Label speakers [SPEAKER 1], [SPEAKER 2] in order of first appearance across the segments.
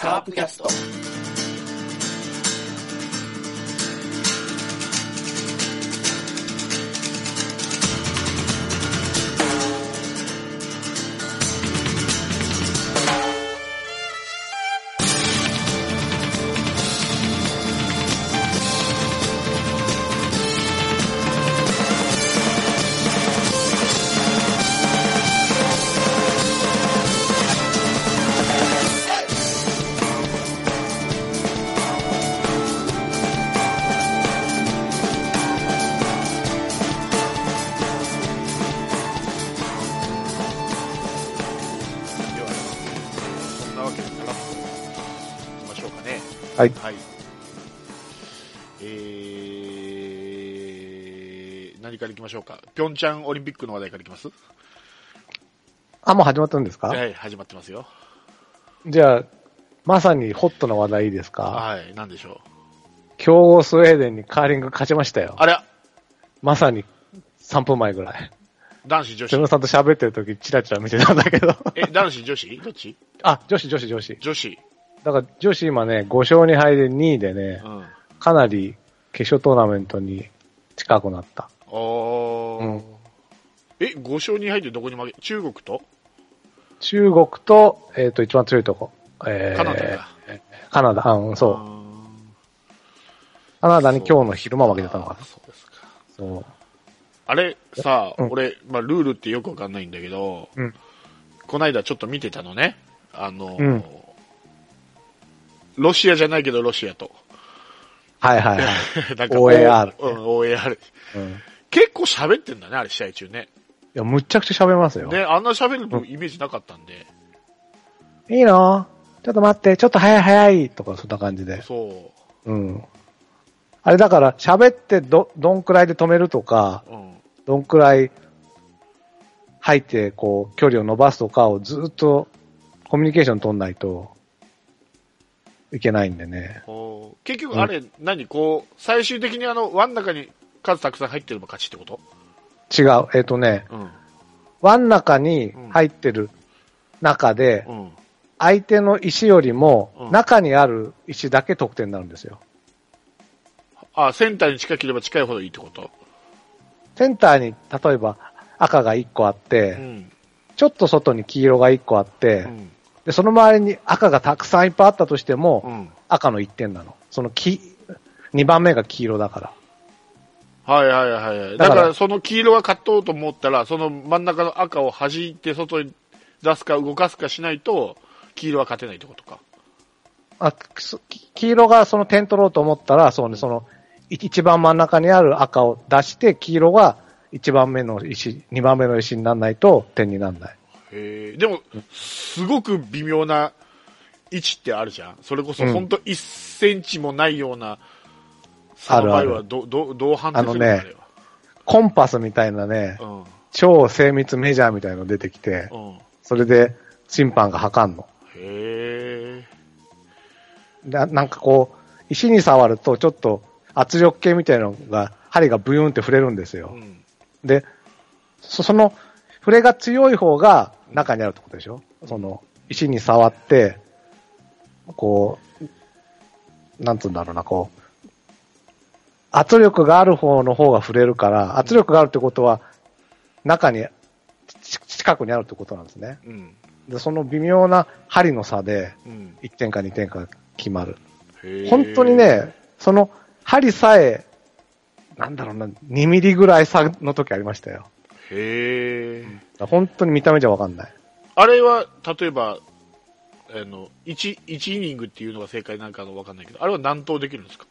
[SPEAKER 1] カープキャスト。
[SPEAKER 2] ではそんなわけで長くいきましょうかね
[SPEAKER 3] はい
[SPEAKER 2] はいえー、何からいきましょうかピョンチャンオリンピックの話題からいきます
[SPEAKER 3] あ、もう始まったんですか、
[SPEAKER 2] はい始まってますよ
[SPEAKER 3] じゃあ、まさにホットな話題ですか
[SPEAKER 2] はい何でしょう
[SPEAKER 3] 強豪スウェーデンにカーリング勝ちましたよ。
[SPEAKER 2] あれ
[SPEAKER 3] まさに3分前ぐらい。
[SPEAKER 2] 男子女
[SPEAKER 3] セ
[SPEAKER 2] 子
[SPEAKER 3] ムさんと喋ってる時チラチラ見てたんだけど。
[SPEAKER 2] え男子女子どっち
[SPEAKER 3] あ、女子女子女子。
[SPEAKER 2] 女子
[SPEAKER 3] だから女子今ね、5勝2敗で2位でね
[SPEAKER 2] う、ん
[SPEAKER 3] かなり決勝トーナメントに近くなった。
[SPEAKER 2] おー、
[SPEAKER 3] うん
[SPEAKER 2] え5勝2敗ってどこに負け中国と
[SPEAKER 3] 中国と、えっ、と、一番強いとこ。えー
[SPEAKER 2] カナダだ、
[SPEAKER 3] カナダ、うん、そう。カナダに今日の昼間負けてたのかな
[SPEAKER 2] あ。そうですか
[SPEAKER 3] そう。
[SPEAKER 2] あれさ、
[SPEAKER 3] うん
[SPEAKER 2] 俺、まあ、ルールってよくわかんないんだけど、
[SPEAKER 3] うん
[SPEAKER 2] こないだちょっと見てたのね。あの、
[SPEAKER 3] うん
[SPEAKER 2] ロシアじゃないけどロシアと。
[SPEAKER 3] はいはいはい。
[SPEAKER 2] なん
[SPEAKER 3] OAR
[SPEAKER 2] うん、OAR。
[SPEAKER 3] うん、い
[SPEAKER 2] 結構喋ってんだね、あれ試合中ね。
[SPEAKER 3] や、むっちゃくちゃ喋りますよ。
[SPEAKER 2] ね、あんな喋るイメージなかったんで。
[SPEAKER 3] いいのちょっと待って、ちょっと早い早いとか、そんな感じで。
[SPEAKER 2] そ
[SPEAKER 3] うん。あれだから、喋ってど、どんくらいで止めるとか、
[SPEAKER 2] う。うん。
[SPEAKER 3] どんくらい入って、こう、距離を伸ばすとかをずっとコミュニケーション取んないといけないんでね。
[SPEAKER 2] おー結局、あれ、何こう、最終的にあの、輪ん中に数たくさん入ってれば勝ちってこと
[SPEAKER 3] 違う。えっ、とね、
[SPEAKER 2] うん。
[SPEAKER 3] 輪ん中に入ってる中で
[SPEAKER 2] う、ん。
[SPEAKER 3] 相手の石よりも
[SPEAKER 2] うん、
[SPEAKER 3] 中にある石だけ得点になるんですよ。
[SPEAKER 2] あ、センターに近ければ近いほどいいってこと
[SPEAKER 3] センターに、例えば、赤が1個あって、
[SPEAKER 2] うん。
[SPEAKER 3] ちょっと外に黄色が1個あって、
[SPEAKER 2] うん。
[SPEAKER 3] で、その周りに赤がたくさんいっぱいあったとしても、
[SPEAKER 2] うん。
[SPEAKER 3] 赤の1点なの。その黄、2番目が黄色だから。
[SPEAKER 2] はいはいはいはい。だ
[SPEAKER 3] だ
[SPEAKER 2] か
[SPEAKER 3] から
[SPEAKER 2] らその黄色は勝とうと思ったら、その真ん中の赤を弾いて外に出すか動かすかしないと、黄色は勝てないってことか。
[SPEAKER 3] あ、そき黄色がその点取ろうと思ったら、そうね、その、い一番真ん中にある赤を出して、黄色が1番目の石、2番目の石にならないと点にならない。
[SPEAKER 2] へえ。でも、すごく微妙な位置ってあるじゃん。それこそ
[SPEAKER 3] うん
[SPEAKER 2] ほんと1センチもないような、
[SPEAKER 3] あるあ
[SPEAKER 2] そ
[SPEAKER 3] る
[SPEAKER 2] の場合はど、ど、どう判定するの
[SPEAKER 3] あのね
[SPEAKER 2] れは
[SPEAKER 3] コンパスみたいなね、超精密メジャーみたいなの出てきて
[SPEAKER 2] う、ん。うん。へ
[SPEAKER 3] それで審判が測んの。
[SPEAKER 2] え。
[SPEAKER 3] ななんかこう、石に触るとちょっと圧力計みたいなのが、針がブユーンって触れるんです
[SPEAKER 2] う
[SPEAKER 3] よ。
[SPEAKER 2] ん。
[SPEAKER 3] で、そその、触れが強い方が中にあるってことでしょその、石に触って、こう、なんつうんだろうな、こう、圧力がある方の方が触れるから、圧力があるってことは、中に、ち近くにあるってことなんですね。
[SPEAKER 2] うん。
[SPEAKER 3] で、その微妙な針の差で、
[SPEAKER 2] うん。
[SPEAKER 3] 1点か2点か決まる。
[SPEAKER 2] へえ
[SPEAKER 3] 本当に、ね、その針さえ、なんだろうな、2ミリぐらい差の時ありましたよ。
[SPEAKER 2] へえ。
[SPEAKER 3] 本当に見た目じゃわかんない。
[SPEAKER 2] あれは、例えば、あの、1、一イニングっていうのが正解なんかのわかんないけど、あれは何投できるんですか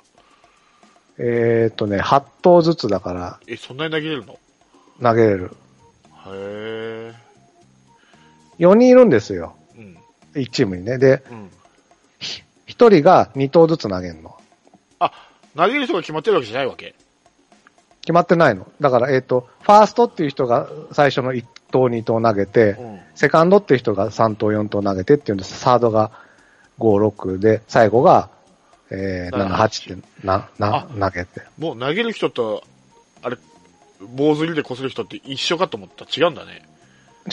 [SPEAKER 3] えーっとね、8投ずつだから
[SPEAKER 2] え、そんなに投げれるの
[SPEAKER 3] 投げれる。
[SPEAKER 2] へ
[SPEAKER 3] 4人いるんですよ。
[SPEAKER 2] え。うん。
[SPEAKER 3] 1チームにね。で、
[SPEAKER 2] うん。
[SPEAKER 3] 1人が2投ずつ投げるの。
[SPEAKER 2] あ、投げる人が決まってるわけじゃないわけ
[SPEAKER 3] 決まってないの。だから、えーっと、ファーストっていう人が最初の1投、2投投げて、
[SPEAKER 2] うん。
[SPEAKER 3] セカンドっていう人が3投、4投投げてっていうんです。サードが5、6で、最後が、えー、7、8ってな、な、投げて。
[SPEAKER 2] もう投げる人と、あれ、棒釣りで擦る人って一緒かと思ったら違うんだね。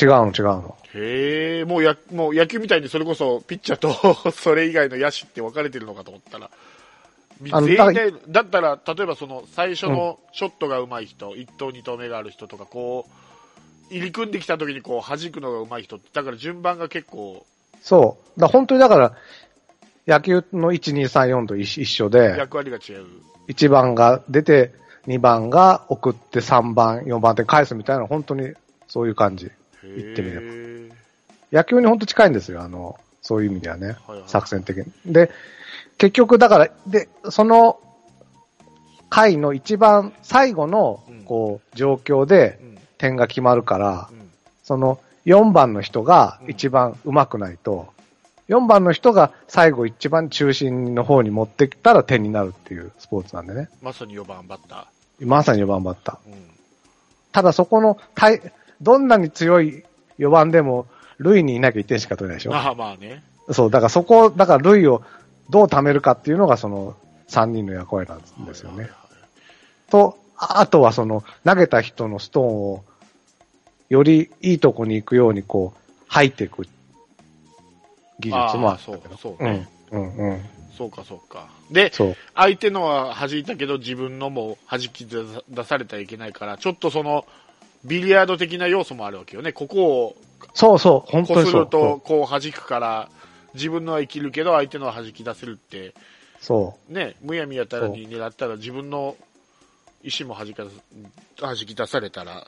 [SPEAKER 3] 違うの違うの。
[SPEAKER 2] へえ、もうや、もう野球みたいにそれこそピッチャーと それ以外の野手って分かれてるのかと思ったら、
[SPEAKER 3] あの
[SPEAKER 2] 全員で、だったら、例えばその最初のショットが上手い人、1投2投目がある人とか、こう、入り組んできた時にこう弾くのが上手い人って、だから順番が結構
[SPEAKER 3] そう。だ本当にだから、野球の1、2、3、4と一一緒で、
[SPEAKER 2] 役割が違う。
[SPEAKER 3] 1番が出て、2番が送って、3番、4番って返すみたいな、本当にそういう感じ。
[SPEAKER 2] へ
[SPEAKER 3] 言ってみれば
[SPEAKER 2] え。
[SPEAKER 3] 野球に本当近いんですよ、あの、そういう意味ではね、
[SPEAKER 2] はいはい
[SPEAKER 3] 作戦的に。で、結局だから、で、その回の一番最後の
[SPEAKER 2] うん、
[SPEAKER 3] こう、状況で
[SPEAKER 2] うん。
[SPEAKER 3] 点が決まるから
[SPEAKER 2] う、ん。
[SPEAKER 3] その4番の人が
[SPEAKER 2] うん
[SPEAKER 3] 一番上手くないと、4番の人が最後一番中心の方に持ってきたら点になるっていうスポーツなんでね。
[SPEAKER 2] まさに4番バッタ
[SPEAKER 3] まさに4番バッター。
[SPEAKER 2] ー。うん。
[SPEAKER 3] ただそこの対、どんなに強い4番でも、塁にいなきゃ1点しか取れないでしょ。
[SPEAKER 2] まあまあね。
[SPEAKER 3] そう、だからそこ、だから類をどう貯めるかっていうのがその3人の役割なんですよ
[SPEAKER 2] はい
[SPEAKER 3] ね
[SPEAKER 2] は。
[SPEAKER 3] と、ああとはその投げた人のストーンをよりいいとこに行くようにこう入っていく技
[SPEAKER 2] い
[SPEAKER 3] 術
[SPEAKER 2] はい。
[SPEAKER 3] もあ
[SPEAKER 2] ああ、
[SPEAKER 3] った
[SPEAKER 2] そ
[SPEAKER 3] け
[SPEAKER 2] う
[SPEAKER 3] ど。
[SPEAKER 2] そう
[SPEAKER 3] う
[SPEAKER 2] ね。
[SPEAKER 3] ん、うん、うん。
[SPEAKER 2] そうか、そうか。で、
[SPEAKER 3] そう。
[SPEAKER 2] 相手のは弾いたけど自分のも弾き出さ出されてはいけないから、ちょっとその、ビリヤード的な要素もあるわけよね。ここ
[SPEAKER 3] そうそう、
[SPEAKER 2] を
[SPEAKER 3] 本当
[SPEAKER 2] こ
[SPEAKER 3] に
[SPEAKER 2] す
[SPEAKER 3] そ
[SPEAKER 2] る
[SPEAKER 3] う。
[SPEAKER 2] と、こう弾くから、自分のは生きるけど相手のは弾き出せるって、
[SPEAKER 3] そ
[SPEAKER 2] ね、むやみやたらに狙ったら自分の石も弾かす弾き出されたら、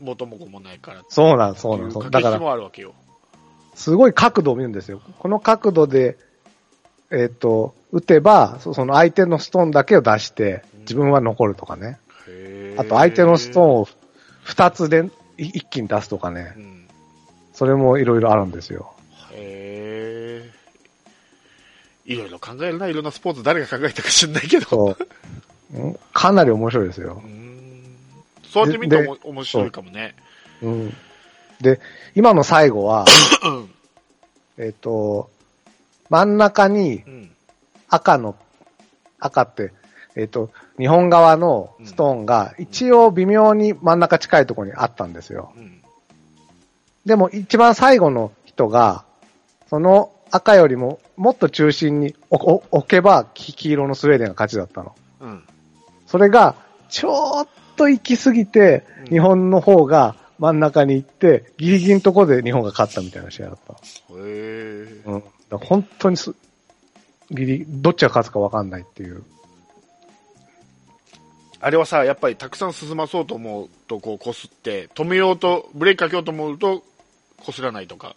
[SPEAKER 2] 元も子もないから、
[SPEAKER 3] う。そうなん、そう
[SPEAKER 2] と
[SPEAKER 3] ないん。
[SPEAKER 2] う
[SPEAKER 3] そう
[SPEAKER 2] 駆
[SPEAKER 3] だ
[SPEAKER 2] け
[SPEAKER 3] か
[SPEAKER 2] 引き
[SPEAKER 3] ら、
[SPEAKER 2] もあるわけよ。
[SPEAKER 3] すごい角度を見るんですよ。この角度で、えっ、と、打てば、そその相手のストーンだけを出して、自分は残るとかね。
[SPEAKER 2] へー
[SPEAKER 3] あと相手のストーンを2つでい一気に出すとかね
[SPEAKER 2] う、ん
[SPEAKER 3] それもいろいろあるんですよ。
[SPEAKER 2] へえ。いろいろ考えるな、いろんなスポーツ、誰が考えたか知んないけど。
[SPEAKER 3] そううん。かなり面白いですよ
[SPEAKER 2] うー。んそうやって見て
[SPEAKER 3] で
[SPEAKER 2] も面白いかもね。
[SPEAKER 3] うん。で、今の最後は、
[SPEAKER 2] うん。
[SPEAKER 3] えっと、真ん中に
[SPEAKER 2] うん。
[SPEAKER 3] 赤の、赤って、えっと、日本側のストーンが一応微妙に真ん中近いところにあったんですよ。
[SPEAKER 2] うん。
[SPEAKER 3] でも一番最後の人が、その赤よりももっと中心に置置置けばき黄色のスウェーデンが勝ちだったの。
[SPEAKER 2] うん。
[SPEAKER 3] それが、ちょっと行き過ぎて
[SPEAKER 2] うん、
[SPEAKER 3] 日本の方が真ん中に行って、ギリギリのとこで日本が勝ったみたいな試合だった。
[SPEAKER 2] へえ。
[SPEAKER 3] うん。だから本当にす、ギリ、どっちが勝つか分かんないっていう。
[SPEAKER 2] あれはさ、やっぱりたくさん進まそうと思うと、こう、こすって、止めようと、ブレーキかけようと思うと、こすらないとか、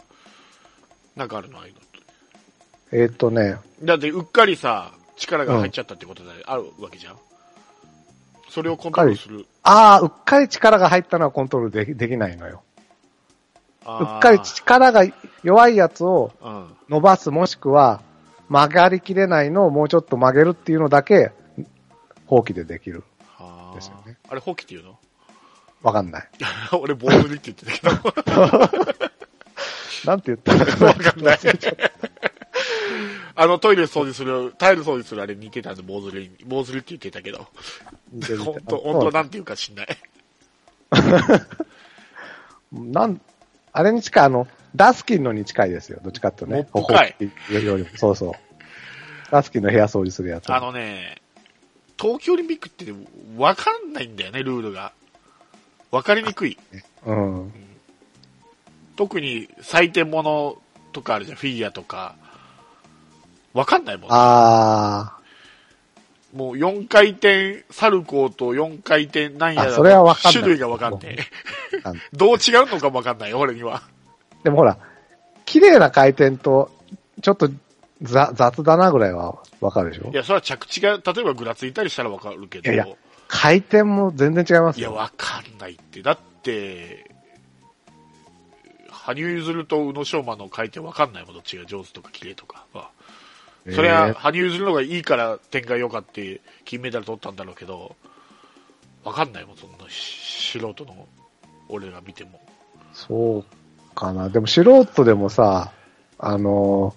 [SPEAKER 2] なんかあるの、ああいうのって
[SPEAKER 3] えーっとね、
[SPEAKER 2] だって、うっかりさ、力が入っちゃったってことで、あるわけじゃん。それをコントロールする。
[SPEAKER 3] ああ、うっかり力が入ったのはコントロールできできないのよ。う
[SPEAKER 2] あー
[SPEAKER 3] っかり力が弱いやつを
[SPEAKER 2] うん。
[SPEAKER 3] 伸ばすもしくは曲がりきれないのをもうちょっと曲げるっていうのだけ放棄でできる。
[SPEAKER 2] あー
[SPEAKER 3] ですよね
[SPEAKER 2] あれ、ホキっていうの
[SPEAKER 3] わかんない。
[SPEAKER 2] 俺、ボールにって言って たけど。
[SPEAKER 3] なんて言ったのか
[SPEAKER 2] わかんない。あの、トイレ掃除する、タイル掃除するあれ似てたんで、坊主に、坊主にって言ってたけど。 本当本当なんていうか知んない。
[SPEAKER 3] なん、あれに近い、あの、ダスキンのに近いですよ。どっちかっていうとね。
[SPEAKER 2] モップかい
[SPEAKER 3] ほほよりもそうそう。ダスキンの部屋掃除するやつ。
[SPEAKER 2] あのね、東京オリンピックってわかんないんだよね、ルールが。わかりにくい。
[SPEAKER 3] うん。
[SPEAKER 2] 特に採点ものとかあるじゃん、フィギュアとか。わかんないもん。
[SPEAKER 3] あ
[SPEAKER 2] もう4回転サルコーと4回転なんやら
[SPEAKER 3] あそれはわかんない
[SPEAKER 2] 種類がわかんない。
[SPEAKER 3] ーなん
[SPEAKER 2] どう違うのかもわかんない、俺には。
[SPEAKER 3] でもほら、綺麗な回転と、ちょっとざ雑だなぐらいはわかるでしょ
[SPEAKER 2] いや、それは着地が、例えばぐらついたりしたらわかるけど。
[SPEAKER 3] いやいや回転も全然違います
[SPEAKER 2] いや、
[SPEAKER 3] よ。
[SPEAKER 2] わかんないって。だって、羽生結弦と宇野昌磨の回転わかんないもん、どっちが上手とか綺麗とかは。それ
[SPEAKER 3] え
[SPEAKER 2] は
[SPEAKER 3] ー
[SPEAKER 2] 羽生結弦の方がいいから展開良かって金メダル取ったんだろうけど、わかんないもん、そんなし素人の俺が見ても。
[SPEAKER 3] そうかな。でも素人でもさ、あの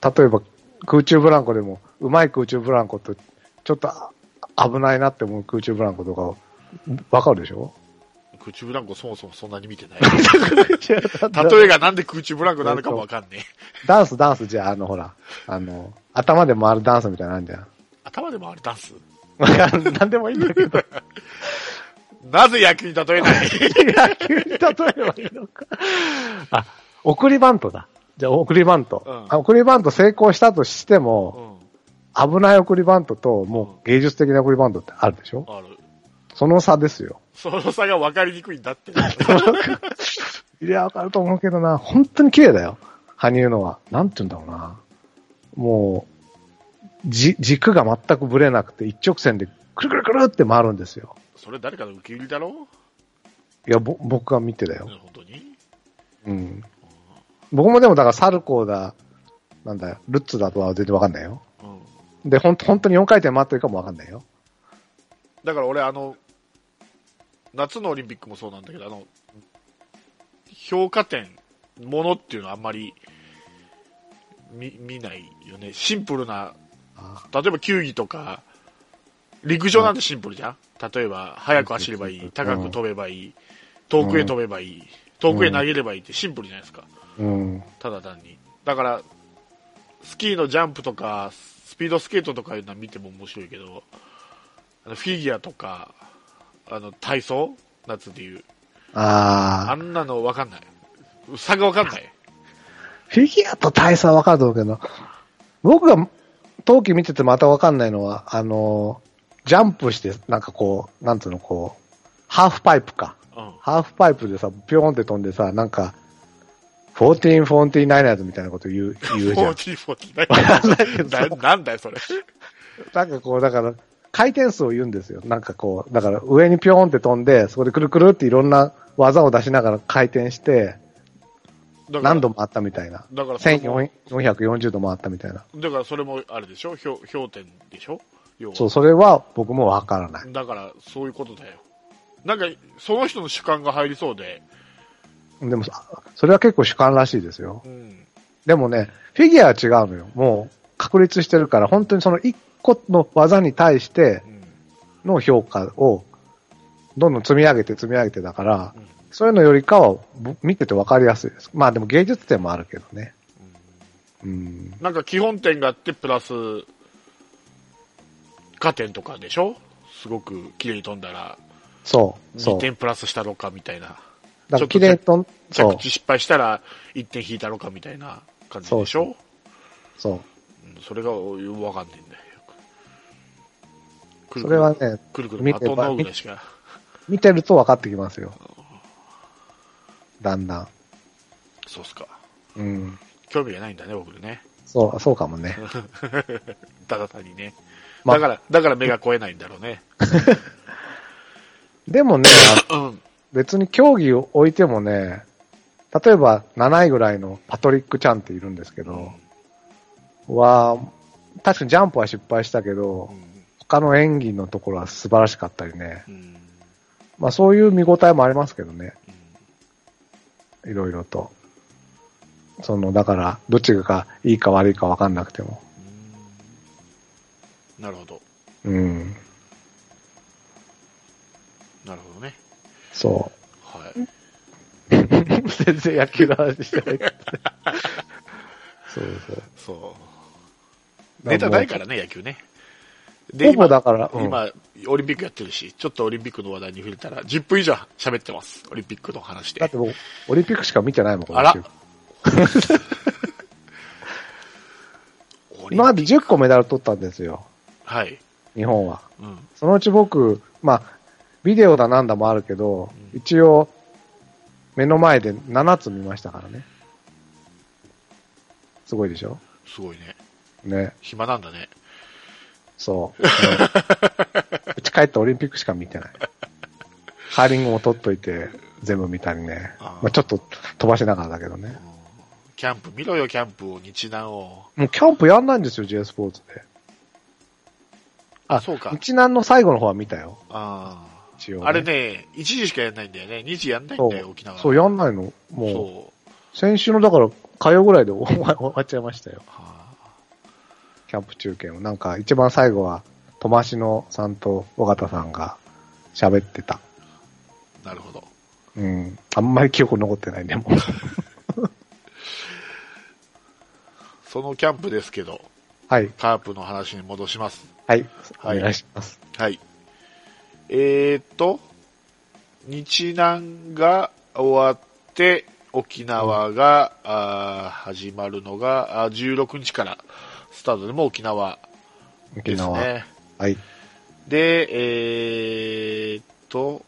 [SPEAKER 3] ー例えば空中ブランコでも、うまい空中ブランコと、ちょっとあ危ないなって思う空中ブランコとか、わかるでしょ
[SPEAKER 2] 空中ブランコそもそもそんなに見て ない。
[SPEAKER 3] え
[SPEAKER 2] 例えがなんで空中ブランコなのかもわかんねえ。
[SPEAKER 3] ダンス、ダンス、じゃあ、あの、ほら、あの、頭で回るダンスみたいなのあるじゃん。
[SPEAKER 2] 頭で回るダンス
[SPEAKER 3] わかんなんでもいいんだけど、
[SPEAKER 2] なぜ野球に例えない
[SPEAKER 3] 野球に例えばいいのか。あ、送りバントだ。じゃあ、送りバント、
[SPEAKER 2] うん
[SPEAKER 3] あ送りバント成功したとして
[SPEAKER 2] う
[SPEAKER 3] も、
[SPEAKER 2] ん。
[SPEAKER 3] 危ない送りバントと、もう芸術的な送りバントってあるでしょ
[SPEAKER 2] ある。
[SPEAKER 3] その差ですよ。
[SPEAKER 2] その差が分かりにくいんだ って。
[SPEAKER 3] いや、わかると思うけどな。本当に綺麗だよ。羽生のは。なんて言うんだろうな。もう、じ、軸が全くぶれなくて、一直線でくるくるくるって回るんですよ。
[SPEAKER 2] それ誰かの受け売りだろ
[SPEAKER 3] いや、ぼ、僕が見てたよ。
[SPEAKER 2] 本当に
[SPEAKER 3] うん。僕もでも、だから、サルコーだ、なんだよ、ルッツだとは全然わかんないよ。
[SPEAKER 2] うん。
[SPEAKER 3] で、ほんと、本当に4回転回ってるかもわかんないよ。
[SPEAKER 2] だから俺あの、夏のオリンピックもそうなんだけど、あの、評価点、ものっていうのはあんまり見見ないよね。シンプルな、
[SPEAKER 3] あ
[SPEAKER 2] 例えば球技とか、陸上なんてシンプルじゃん例えば、速く走ればいい、高く飛べばいい、遠くへ飛べばいい、遠くへ投げればいいってシンプルじゃないですか。
[SPEAKER 3] うん。
[SPEAKER 2] ただ単に。だから、スキーのジャンプとか、スピードスケートとかいうのは見ても面白いけど、あのフィギュアとか、あの体操夏でいう。あ
[SPEAKER 3] ああ、
[SPEAKER 2] んなのわかんない。差がわかんない。
[SPEAKER 3] フィギュアと大差はわかると思うけど、僕が冬季見ててまたわかんないのは、あのー、ジャンプして、なんかこう、なんつうの、こう、ハーフパイプか。
[SPEAKER 2] うん。
[SPEAKER 3] ハーフパイプでさ、ピョーンって飛んでさ、なんか、14、14、ナイナーズみたいなこと言 う、言うじゃん。
[SPEAKER 2] 40、40。な
[SPEAKER 3] だけど
[SPEAKER 2] なんだよ、それ。
[SPEAKER 3] なんかこう、だから、回転数を言うんですよ。なんかこう、だから上にピョーンって飛んで、そこでくるくるっていろんな技を出しながら回転して、
[SPEAKER 2] だから
[SPEAKER 3] 何度もあったみたいな。
[SPEAKER 2] だからそれも、
[SPEAKER 3] 1440度もあったみたいな。
[SPEAKER 2] だからそれもあれでしょ氷氷点でしょ要は
[SPEAKER 3] そう、それは僕もわからない。
[SPEAKER 2] だから、そういうことだよ。なんか、その人の主観が入りそうで、
[SPEAKER 3] でもさ、それは結構主観らしいですよ。
[SPEAKER 2] うん。
[SPEAKER 3] でもね、フィギュアは違うのよ。もう、確立してるから、本当にその1個の技に対して
[SPEAKER 2] うん。
[SPEAKER 3] の評価を、どんどん積み上げて積み上げてだから
[SPEAKER 2] うん、
[SPEAKER 3] そういうのよりかは、ぼ見ててわかりやすいです。まあでも芸術点もあるけどね。うん。
[SPEAKER 2] なんか基本点があって、プラス、加点とかでしょすごく綺麗に飛んだら、
[SPEAKER 3] そう、
[SPEAKER 2] 2
[SPEAKER 3] そう。
[SPEAKER 2] 点プラスしたろかみたいな。
[SPEAKER 3] だから綺麗と、そ
[SPEAKER 2] 着
[SPEAKER 3] う、
[SPEAKER 2] 地失敗したら、1点引いたろかみたいな感じでし
[SPEAKER 3] そ
[SPEAKER 2] ょ
[SPEAKER 3] そう。
[SPEAKER 2] うんそれがわかんねえんだよ。くる
[SPEAKER 3] そ
[SPEAKER 2] くる
[SPEAKER 3] れは、ね、
[SPEAKER 2] くるく
[SPEAKER 3] 見
[SPEAKER 2] る、
[SPEAKER 3] て
[SPEAKER 2] 後のぐらいしか。
[SPEAKER 3] 見てると分かってきますよ。だんだん。
[SPEAKER 2] そうっすか。
[SPEAKER 3] うん。
[SPEAKER 2] 興味がないんだね、僕ね。
[SPEAKER 3] そう、そうかもね。
[SPEAKER 2] ただ単にね。
[SPEAKER 3] まあ
[SPEAKER 2] だから、だから目が超えないんだろうね。
[SPEAKER 3] でもね、あ
[SPEAKER 2] うん。
[SPEAKER 3] 別に競技を置いてもね、例えば7位ぐらいのパトリック・チャンっているんですけど、は、確かにジャンプは失敗したけど
[SPEAKER 2] う、ん
[SPEAKER 3] 他の演技のところは素晴らしかったりね。
[SPEAKER 2] うん。
[SPEAKER 3] まあそういう見応えもありますけどね。いろいろと。その、だから、どっちがいいか悪いか分かんなくても。
[SPEAKER 2] なるほど。
[SPEAKER 3] うん。
[SPEAKER 2] なるほどね。
[SPEAKER 3] そう。
[SPEAKER 2] はい。
[SPEAKER 3] 全然野球の話 してない。そうそう。
[SPEAKER 2] そう。ネタないからね、野球ね。で、
[SPEAKER 3] ほぼ
[SPEAKER 2] 今、
[SPEAKER 3] だからうん
[SPEAKER 2] 今、オリンピックやってるし、ちょっとオリンピックの話題に触れたら、10分以上喋ってます。オリンピックの話
[SPEAKER 3] だっ
[SPEAKER 2] で
[SPEAKER 3] て。もう、オリンピックしか見てないもん、
[SPEAKER 2] あら
[SPEAKER 3] 今週
[SPEAKER 2] オリン
[SPEAKER 3] 今まで10個メダル取ったんですよ、
[SPEAKER 2] はい。
[SPEAKER 3] 日本は。
[SPEAKER 2] うん。
[SPEAKER 3] そのうち僕、まあ、ビデオだなんだもあるけど、一応、目の前で7つ見ましたからね。すごいでしょ
[SPEAKER 2] すごいね。
[SPEAKER 3] ね、
[SPEAKER 2] 暇なんだね。
[SPEAKER 3] そう。うち帰ってオリンピックしか見てない。カーリングも取っといて、全部見たりね。
[SPEAKER 2] あー
[SPEAKER 3] まあ、ちょっと飛ばしながらだけどね。
[SPEAKER 2] キャンプ見ろよ、キャンプを、日南を。
[SPEAKER 3] もうキャンプやんないんですよ、J スポーツで。
[SPEAKER 2] あ、そうか。
[SPEAKER 3] 一南の最後の方は見たよ、
[SPEAKER 2] ああ。
[SPEAKER 3] 一応、
[SPEAKER 2] あれ、ね、1時しかやんないんだよね。2時やんない
[SPEAKER 3] そ
[SPEAKER 2] んだよ、
[SPEAKER 3] う
[SPEAKER 2] 沖縄。
[SPEAKER 3] そう、やんないの。も、
[SPEAKER 2] そう
[SPEAKER 3] 先週のだから、火曜ぐらいで 終わ終わっちゃいましたよ。
[SPEAKER 2] うはあ
[SPEAKER 3] キャンプ中継も。なんか、一番最後は、トマシノさんと尾形さんが喋ってた。
[SPEAKER 2] なるほど。
[SPEAKER 3] うん。あんまり記憶残ってないね、もう。
[SPEAKER 2] そのキャンプですけど、
[SPEAKER 3] はい。
[SPEAKER 2] カープの話に戻します。
[SPEAKER 3] はい。
[SPEAKER 2] はい
[SPEAKER 3] お願いします。
[SPEAKER 2] はい。えーっと、日南が終わって、沖縄が、あー始まるのが、あー16日からスタートでもう沖縄
[SPEAKER 3] 沖
[SPEAKER 2] です
[SPEAKER 3] 縄。
[SPEAKER 2] ね。
[SPEAKER 3] はい。
[SPEAKER 2] で、えーっと、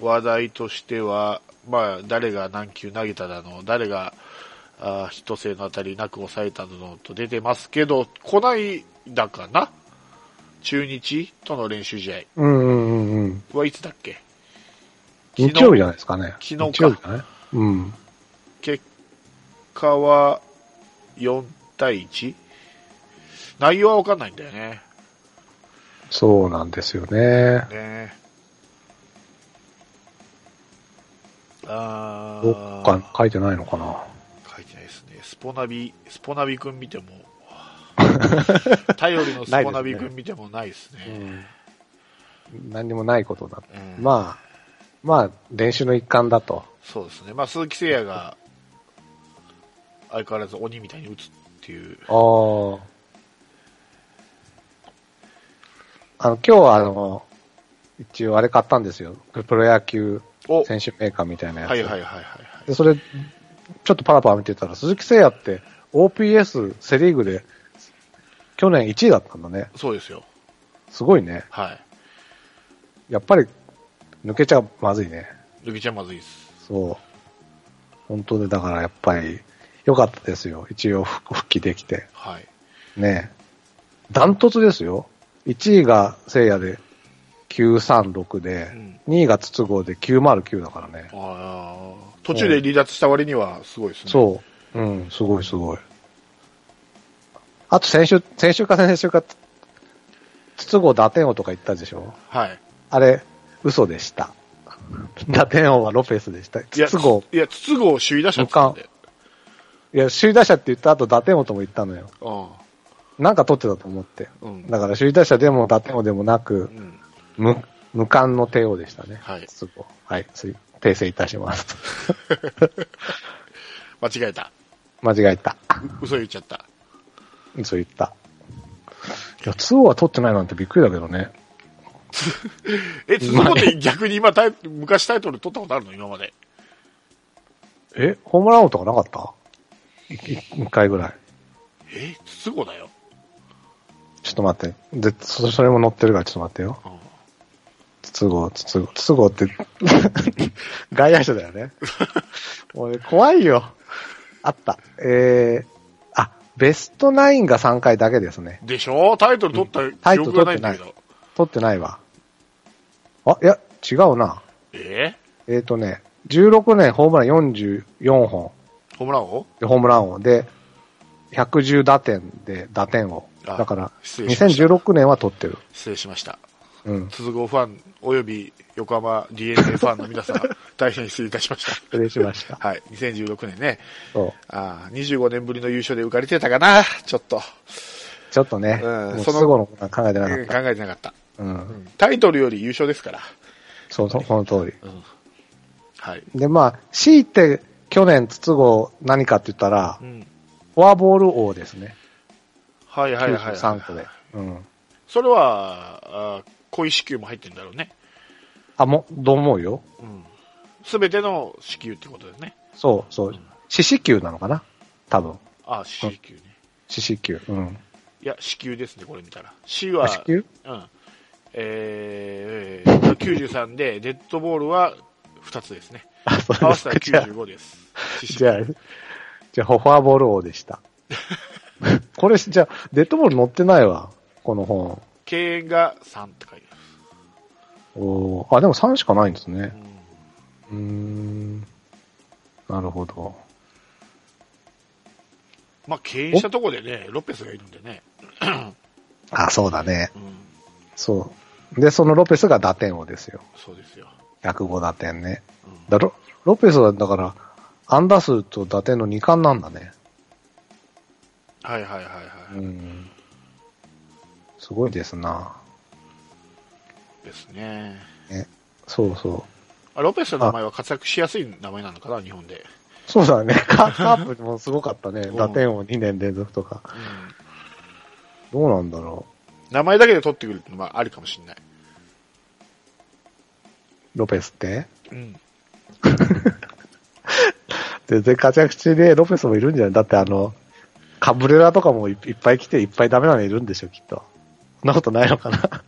[SPEAKER 2] 話題としては、まあ、誰が何球投げただの、誰が、あーヒット性のあたりなく抑えたのと出てますけど、こないだかな中日との練習試合
[SPEAKER 3] うんうんうんうん。
[SPEAKER 2] はいつだっけ
[SPEAKER 3] 日曜日じゃないですかね。
[SPEAKER 2] 昨日か
[SPEAKER 3] 日曜日じゃないうん。
[SPEAKER 2] 結果は4対 1? 内容はわかんないんだよね。
[SPEAKER 3] そうなんですよね。
[SPEAKER 2] ねあ
[SPEAKER 3] どっ
[SPEAKER 2] ー
[SPEAKER 3] か書いてないのかな。
[SPEAKER 2] 書いてないですね。スポナビ、スポナビくん見ても、 頼りのスポナビくん見てもないですね。
[SPEAKER 3] 何にもないことだ。
[SPEAKER 2] うん
[SPEAKER 3] まあ、まあ、練習の一環だと。
[SPEAKER 2] そうですね。まあ、鈴木誠也が、相変わらず鬼みたいに打つっていう。
[SPEAKER 3] ああ。あの、今日はあの、一応あれ買ったんですよ。プロ野球
[SPEAKER 2] おはい
[SPEAKER 3] 選手メーカーみたいなやつ。
[SPEAKER 2] はいはいはいはい。
[SPEAKER 3] で、それ、ちょっとパラパラ見てたら、鈴木誠也って OPS セリーグで、去年1位だったんだね。
[SPEAKER 2] そうですよ。
[SPEAKER 3] すごいね。
[SPEAKER 2] はい。
[SPEAKER 3] やっぱり、抜けちゃまずいね。
[SPEAKER 2] 抜けちゃまずいです。
[SPEAKER 3] そう。本当で、だからやっぱり、良かったですよ。一応復復帰できて。
[SPEAKER 2] はい。
[SPEAKER 3] ねえ。ダントツですよ。1位が聖夜で936で、
[SPEAKER 2] うん
[SPEAKER 3] 2位が筒香で909だからね。
[SPEAKER 2] あー途中で離脱した割にはすごいですね。
[SPEAKER 3] そう。うん、すごいすごい。あと先週、先週か先々週か、つ筒香打点王とか言ったでしょ
[SPEAKER 2] はい。
[SPEAKER 3] あれ、嘘でした。打点王はロペスでした。
[SPEAKER 2] いや、
[SPEAKER 3] 筒香、
[SPEAKER 2] いや、筒香を首位打者って言ってたん
[SPEAKER 3] いや、首位打者って言った後打点王とも言ったのよ。
[SPEAKER 2] だよ。
[SPEAKER 3] なんか取ってたと思って。
[SPEAKER 2] うん。うん。
[SPEAKER 3] だから首位打者でも打点王でもなく
[SPEAKER 2] う、ん。
[SPEAKER 3] 無、無冠の帝王でしたね。
[SPEAKER 2] はい
[SPEAKER 3] すごい。はい。すい訂正いたします。
[SPEAKER 2] 間違えた。
[SPEAKER 3] 間違えた。
[SPEAKER 2] 嘘言っちゃった。
[SPEAKER 3] そう言った。いや、ツーは取ってないなんてびっくりだけどね。
[SPEAKER 2] え、筒香って逆に今タイ、昔タイトル取ったことあるの今まで。
[SPEAKER 3] え、ホームラン王とかなかったいい一回ぐらい。
[SPEAKER 2] え、筒香だよ。
[SPEAKER 3] ちょっと待って。で、そそれも載ってるからちょっと待ってよ。
[SPEAKER 2] うん
[SPEAKER 3] 筒香、筒香、筒香って、 外野手だよね。もうね、怖いよ。あった。えー、あ、ベストナインが3回だけですね。
[SPEAKER 2] でしょタイトル取った記憶がないんだけど。
[SPEAKER 3] 取ってないわ。あ、いや、違うな。
[SPEAKER 2] え
[SPEAKER 3] えっ、とね、16年ホームラン44本
[SPEAKER 2] ホームラン王
[SPEAKER 3] でホームラン王で、110打点で打点王。
[SPEAKER 2] あ
[SPEAKER 3] だから、
[SPEAKER 2] 失礼しました
[SPEAKER 3] 2016年は取ってる。
[SPEAKER 2] 失礼しました。
[SPEAKER 3] うん。
[SPEAKER 2] 筒香ファン、および横浜 DNA ファンの皆 さん、大変失礼いたしました。
[SPEAKER 3] 失礼しました。
[SPEAKER 2] はい。2016年ね。
[SPEAKER 3] そう。
[SPEAKER 2] ああ、25年ぶりの優勝で浮かれてたかな。ちょっと。
[SPEAKER 3] ちょっとね、
[SPEAKER 2] うん
[SPEAKER 3] もう
[SPEAKER 2] そ
[SPEAKER 3] そ
[SPEAKER 2] の
[SPEAKER 3] の後のことは考えてな
[SPEAKER 2] 考
[SPEAKER 3] かっ
[SPEAKER 2] えて
[SPEAKER 3] た。
[SPEAKER 2] なかった。
[SPEAKER 3] うん。
[SPEAKER 2] タイトルより優勝ですから。
[SPEAKER 3] そうそう、この通
[SPEAKER 2] はい。
[SPEAKER 3] り。で、まあ、強いて去年、筒香何かって言ったら
[SPEAKER 2] う、ん。
[SPEAKER 3] フォアボール王ですね。
[SPEAKER 2] はいはいはい。
[SPEAKER 3] 93個で。。うん。
[SPEAKER 2] それは、あー小石球も入ってるんだろうね。
[SPEAKER 3] あ、も、どう思うよ
[SPEAKER 2] すべての支給ってことですね。
[SPEAKER 3] そうそう。四死球なのかな多分。
[SPEAKER 2] あ、支給ね。
[SPEAKER 3] 四死球。うん。
[SPEAKER 2] いや、支給ですね、これ見たら。C は、
[SPEAKER 3] あ支給
[SPEAKER 2] うん。えー、93で、デッドボールは2つですね。
[SPEAKER 3] あ、そう
[SPEAKER 2] 合
[SPEAKER 3] で
[SPEAKER 2] わ
[SPEAKER 3] す
[SPEAKER 2] せた
[SPEAKER 3] か。
[SPEAKER 2] ら
[SPEAKER 3] じゃあ、
[SPEAKER 2] 95です。四支
[SPEAKER 3] じゃあ、じゃあ、フォアボール王で した。これ、じゃあ、デッドボール載ってないわ。この本。
[SPEAKER 2] 敬遠が3って書いてある。
[SPEAKER 3] おーあ、でも3しかないんですね
[SPEAKER 2] う。ん
[SPEAKER 3] うーん。なるほど。
[SPEAKER 2] まあ、敬遠したとこでね、ロペスがいるんでね。
[SPEAKER 3] あ、そうだね。
[SPEAKER 2] うん。
[SPEAKER 3] そう。で、そのロペスが打点王ですよ。
[SPEAKER 2] そうですよ。
[SPEAKER 3] 105打点ね。
[SPEAKER 2] うん
[SPEAKER 3] だロロペスは、だから、アンダー数と打点の2冠なんだね。
[SPEAKER 2] はいはいはいは
[SPEAKER 3] う
[SPEAKER 2] い。
[SPEAKER 3] ん。すごいですな。
[SPEAKER 2] ですね。
[SPEAKER 3] ね、そうそう。
[SPEAKER 2] あロペスの名前は活躍しやすい名前なのかな、日本で。
[SPEAKER 3] そう だね。カカープもすごかったね。
[SPEAKER 2] ん
[SPEAKER 3] 打点王2年連続とか。
[SPEAKER 2] うん
[SPEAKER 3] どうなんだろ
[SPEAKER 2] 名前だけで取ってくるってのはありかもしれない。
[SPEAKER 3] う。ロペスって
[SPEAKER 2] うん。
[SPEAKER 3] 全然活躍中でロペスもいるんじゃないだってあの、カブレラとかもいいっぱい来ていっぱいダメなのいるんでしょ、きっと。そんなことないのか な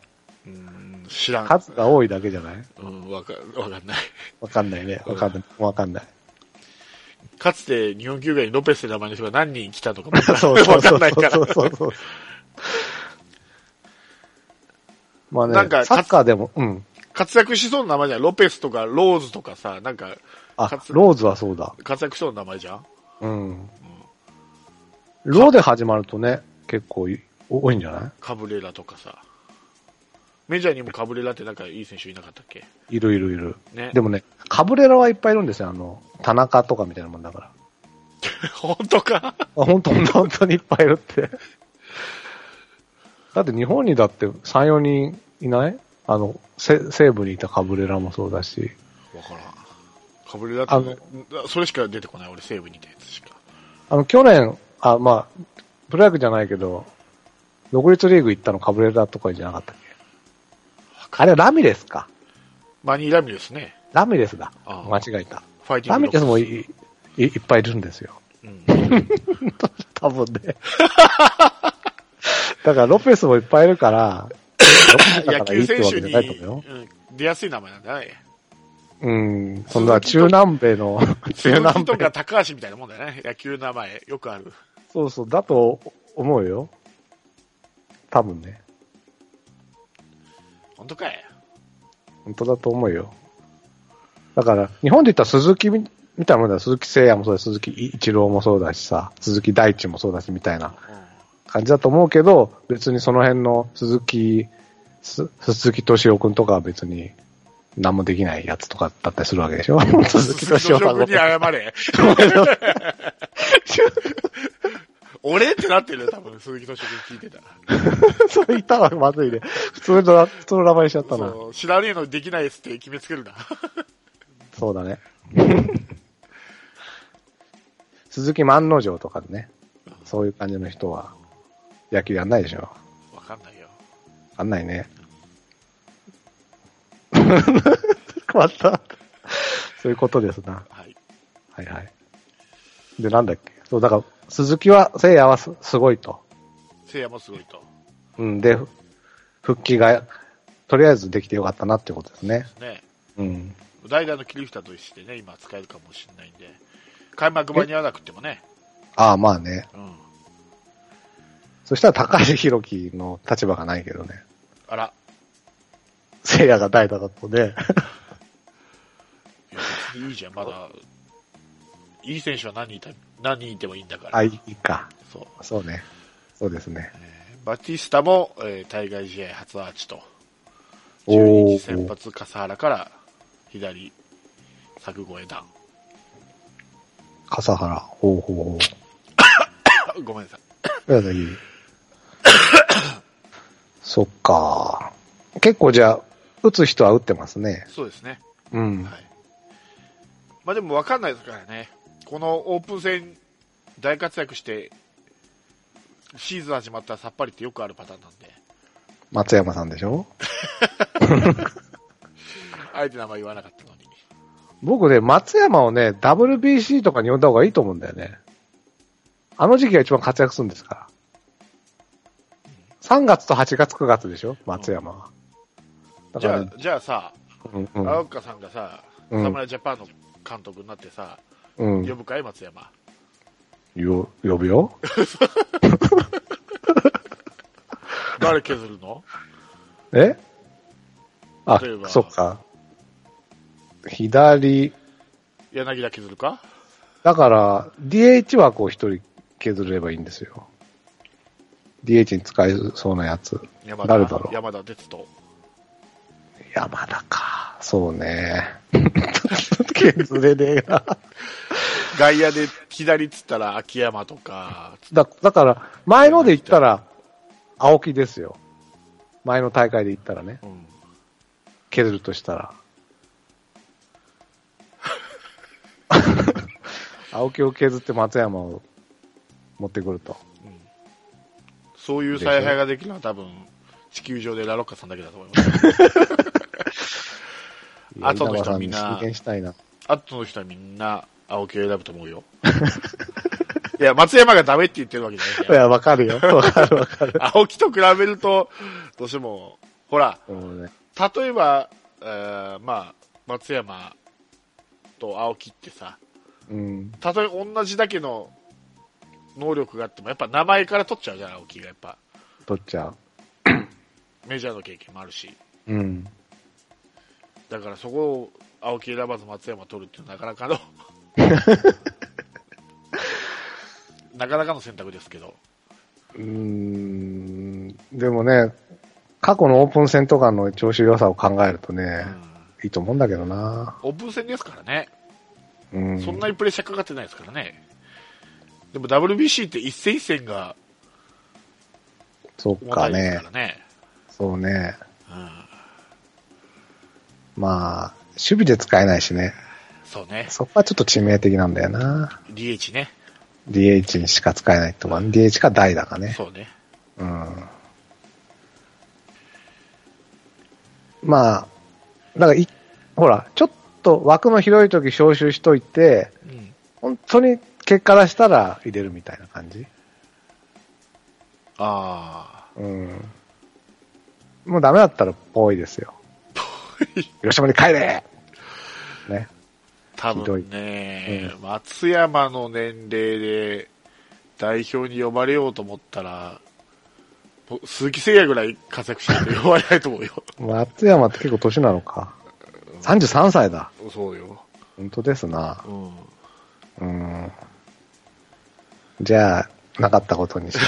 [SPEAKER 2] うん、知らん。
[SPEAKER 3] 数が多いだけじゃない
[SPEAKER 2] うん、わか、わかんない。
[SPEAKER 3] わかんないね。わかんない。わかんない。
[SPEAKER 2] かつて日本球界にロペスって名前の人が何人来たとかも
[SPEAKER 3] そうそう
[SPEAKER 2] わ
[SPEAKER 3] そ
[SPEAKER 2] か
[SPEAKER 3] うん
[SPEAKER 2] ない から
[SPEAKER 3] そ。うそうそう。まあね、
[SPEAKER 2] なんか
[SPEAKER 3] サッカーでも、うん。
[SPEAKER 2] 活躍しそうな名前じゃん。ロペスとかローズとかさ、なんか、
[SPEAKER 3] あ
[SPEAKER 2] か、つ
[SPEAKER 3] ローズはそうだ。
[SPEAKER 2] 活躍しそうな名前じゃん。
[SPEAKER 3] うん。ローで始まるとね、結構い多いんじゃな
[SPEAKER 2] カブレラとかさ。メジャーにもカブレラってなんかいい選手いなかったっけ
[SPEAKER 3] いいるいるいる。
[SPEAKER 2] ね。
[SPEAKER 3] でもね、カブレラはいっぱいいるんですよ。あの、田中とかみたいなもんだから。
[SPEAKER 2] 本当か
[SPEAKER 3] あ、本当本当本当にいっぱいいるって。だって日本にだって3、4人いないあの、せ西部にいたカブレラもそうだし。
[SPEAKER 2] わからん。カブレラ
[SPEAKER 3] あ
[SPEAKER 2] って
[SPEAKER 3] の、
[SPEAKER 2] それしか出てこない。俺西武にいたやつしか。
[SPEAKER 3] あの、去年、あ、まあ、プロ野球じゃないけど、独立リーグ行ったのカブレラとかじゃなかったっけあれはラミレスか。
[SPEAKER 2] マニーラミですね。
[SPEAKER 3] ラミレスだ。
[SPEAKER 2] あ
[SPEAKER 3] 間違えた。
[SPEAKER 2] ファイティ
[SPEAKER 3] ラ
[SPEAKER 2] ング
[SPEAKER 3] ミレス
[SPEAKER 2] ロ
[SPEAKER 3] も
[SPEAKER 2] ック
[SPEAKER 3] いいいっぱいいるんですよ。
[SPEAKER 2] うん
[SPEAKER 3] 多分ね。だからロペスもいっぱいいる から、
[SPEAKER 2] 野球選手に、
[SPEAKER 3] ロペスだからいいってわけじゃないと思うよ。
[SPEAKER 2] うん出やすい名前なんだね。
[SPEAKER 3] うん、そんな中南米の、中
[SPEAKER 2] 鈴
[SPEAKER 3] 南
[SPEAKER 2] 木と
[SPEAKER 3] 米
[SPEAKER 2] か。高橋みたいなもんだよね。野球の名前、よくある。
[SPEAKER 3] そうそう、だと思うよ。多分ね。
[SPEAKER 2] 本当かい
[SPEAKER 3] 本当だと思うよ。だから、日本で言ったら鈴木みみたいなもんだよ。鈴木誠也もそうだし、鈴木一郎もそうだしさ、鈴木大地もそうだし、みたいな
[SPEAKER 2] うん
[SPEAKER 3] 感じだと思うけど、別にその辺の鈴木、す鈴木敏夫くんとかは別に何もできないやつとかだったりするわけでしょ 鈴
[SPEAKER 2] 鈴木
[SPEAKER 3] 木敏
[SPEAKER 2] 敏
[SPEAKER 3] 夫さん
[SPEAKER 2] 夫
[SPEAKER 3] ご
[SPEAKER 2] に謝れ。俺ってなってるよ、多分。鈴木敏夫に聞いてたら。
[SPEAKER 3] それ言ったらまずいね。普通の、普通の名前にしちゃったな。
[SPEAKER 2] そう知らねえのできないっすって決めつけるな。
[SPEAKER 3] そうだね。 鈴木万能城とかでね、そういう感じの人は野球やんないでしょ。
[SPEAKER 2] わかんないよ。
[SPEAKER 3] あんないね。困った。そういうことですな。
[SPEAKER 2] はい。
[SPEAKER 3] はいはい。で、なんだっけ。そう、だから、鈴木は、聖夜はすすごいと。
[SPEAKER 2] 聖夜もすごいと。
[SPEAKER 3] うん、で、復帰が、とりあえずできてよかったなってことですね。
[SPEAKER 2] ね。
[SPEAKER 3] うん。
[SPEAKER 2] 代打の切り札としてね、今使えるかもしれないんで。開幕間に合わなくてもね。
[SPEAKER 3] ああ、まあね。
[SPEAKER 2] うん。
[SPEAKER 3] そしたら高橋宏樹の立場がないけどね。
[SPEAKER 2] あら。
[SPEAKER 3] 聖夜が代打だとね。
[SPEAKER 2] いや別にいいじゃん、まだ。いい選手は何人いた、何人いてもいいんだから。
[SPEAKER 3] あ、いいか。
[SPEAKER 2] そう。
[SPEAKER 3] そうね。そうですね。
[SPEAKER 2] バティスタも、えー対外試合初アーチと、中
[SPEAKER 3] おー
[SPEAKER 2] 日先発笠原から左、柵越え弾。
[SPEAKER 3] 笠原。ほうほうほう。
[SPEAKER 2] あごめんなさい。
[SPEAKER 3] いや、いい。 そっか。結構じゃあ、打つ人は打ってますね。
[SPEAKER 2] そうですね。
[SPEAKER 3] うん。
[SPEAKER 2] はい。まあでも分かんないですからね。このオープン戦、大活躍して、シーズン始まったらさっぱりってよくあるパターンなんで、
[SPEAKER 3] 松山さんでしょ
[SPEAKER 2] あえて名前言わなかったのに。
[SPEAKER 3] 僕ね、松山をね、WBC とかに呼んだ方がいいと思うんだよね。あの時期が一番活躍するんですから。3月と8月、9月でしょ松山は。だ
[SPEAKER 2] じ
[SPEAKER 3] か
[SPEAKER 2] ゃ
[SPEAKER 3] ら、
[SPEAKER 2] あ、じゃあさ、
[SPEAKER 3] うん
[SPEAKER 2] 青岡さんがさ、
[SPEAKER 3] うん
[SPEAKER 2] 侍ジャパンの監督になってさ、
[SPEAKER 3] うん、うん
[SPEAKER 2] 呼ぶかい松山。
[SPEAKER 3] よ。呼ぶよ。
[SPEAKER 2] 誰削る の
[SPEAKER 3] えあ
[SPEAKER 2] 例え、ば
[SPEAKER 3] そっか。左、
[SPEAKER 2] 柳田削るか
[SPEAKER 3] だから、DH 枠を一人削ればいいんですよ。DH に使えそうなやつ。
[SPEAKER 2] 山田
[SPEAKER 3] 誰だろう
[SPEAKER 2] 山田哲人。
[SPEAKER 3] 山田か。そうね。 削れねえな。
[SPEAKER 2] 外野で左っつったら秋山とか、
[SPEAKER 3] だだから、前ので言ったら、青木ですよ。前の大会で言ったらね。
[SPEAKER 2] うん、
[SPEAKER 3] 削るとしたら。青木を削って松山を持ってくると。
[SPEAKER 2] そういう采配ができるのは多分、地球上でラロッカさんだけだと思い ます。あとの人はみんな
[SPEAKER 3] 稲葉さに進言したいな。
[SPEAKER 2] あとの人はみんな青木を選ぶと思うよ。いや、松山がダメって言ってるわけじゃない
[SPEAKER 3] い
[SPEAKER 2] んだよ。
[SPEAKER 3] や、わか るよ。わかるわかる。
[SPEAKER 2] 青木と比べると、どうしても、ほら、
[SPEAKER 3] もうね
[SPEAKER 2] 例えば、えーまあ、松山と青木ってさ、
[SPEAKER 3] うん。
[SPEAKER 2] たとえ同じだけの能力があっても、やっぱ名前から取っちゃうじゃん、青木がやっぱ。
[SPEAKER 3] 取っちゃ
[SPEAKER 2] メジャーの経験もあるし。
[SPEAKER 3] う。うん。
[SPEAKER 2] だからそこを青木選ばず松山取るっていうのはなかなか のなかなかの選択ですけど、
[SPEAKER 3] うーん。でもね、過去のオープン戦とかの調子良さを考えるとね、
[SPEAKER 2] うん
[SPEAKER 3] いいと思うんだけどな。
[SPEAKER 2] オープン戦ですからね、
[SPEAKER 3] うん。
[SPEAKER 2] そんなにプレッシャーかかってないですからね、でも WBC って一戦一戦が
[SPEAKER 3] そっ
[SPEAKER 2] 重た
[SPEAKER 3] か
[SPEAKER 2] いですか
[SPEAKER 3] ね。
[SPEAKER 2] らね、
[SPEAKER 3] そうね。
[SPEAKER 2] うん、
[SPEAKER 3] まあ、守備で使えないしね。
[SPEAKER 2] そうね、
[SPEAKER 3] そこはちょっと致命的なんだよな。
[SPEAKER 2] DH ね、
[SPEAKER 3] DH にしか使えないとか、DH か代だかね。
[SPEAKER 2] そうね、
[SPEAKER 3] うん。まあ、だからい、ほら、ちょっと枠の広い時招集しといて、
[SPEAKER 2] うん、
[SPEAKER 3] 本当に結果出したら入れるみたいな感じ。
[SPEAKER 2] あ
[SPEAKER 3] うん。もうダメだったらぽいですよ。ぽい広島に帰れね。
[SPEAKER 2] ー、多分ね、松山の年齢で代表に呼ばれようと思ったら、もう鈴木誠也ぐらい活躍しないと呼ばれないと思う よ。
[SPEAKER 3] 松山って結構年なのか。33歳だ。
[SPEAKER 2] そうよ。
[SPEAKER 3] 本当ですな。
[SPEAKER 2] うん。
[SPEAKER 3] うん。じゃあ、なかったことにしよ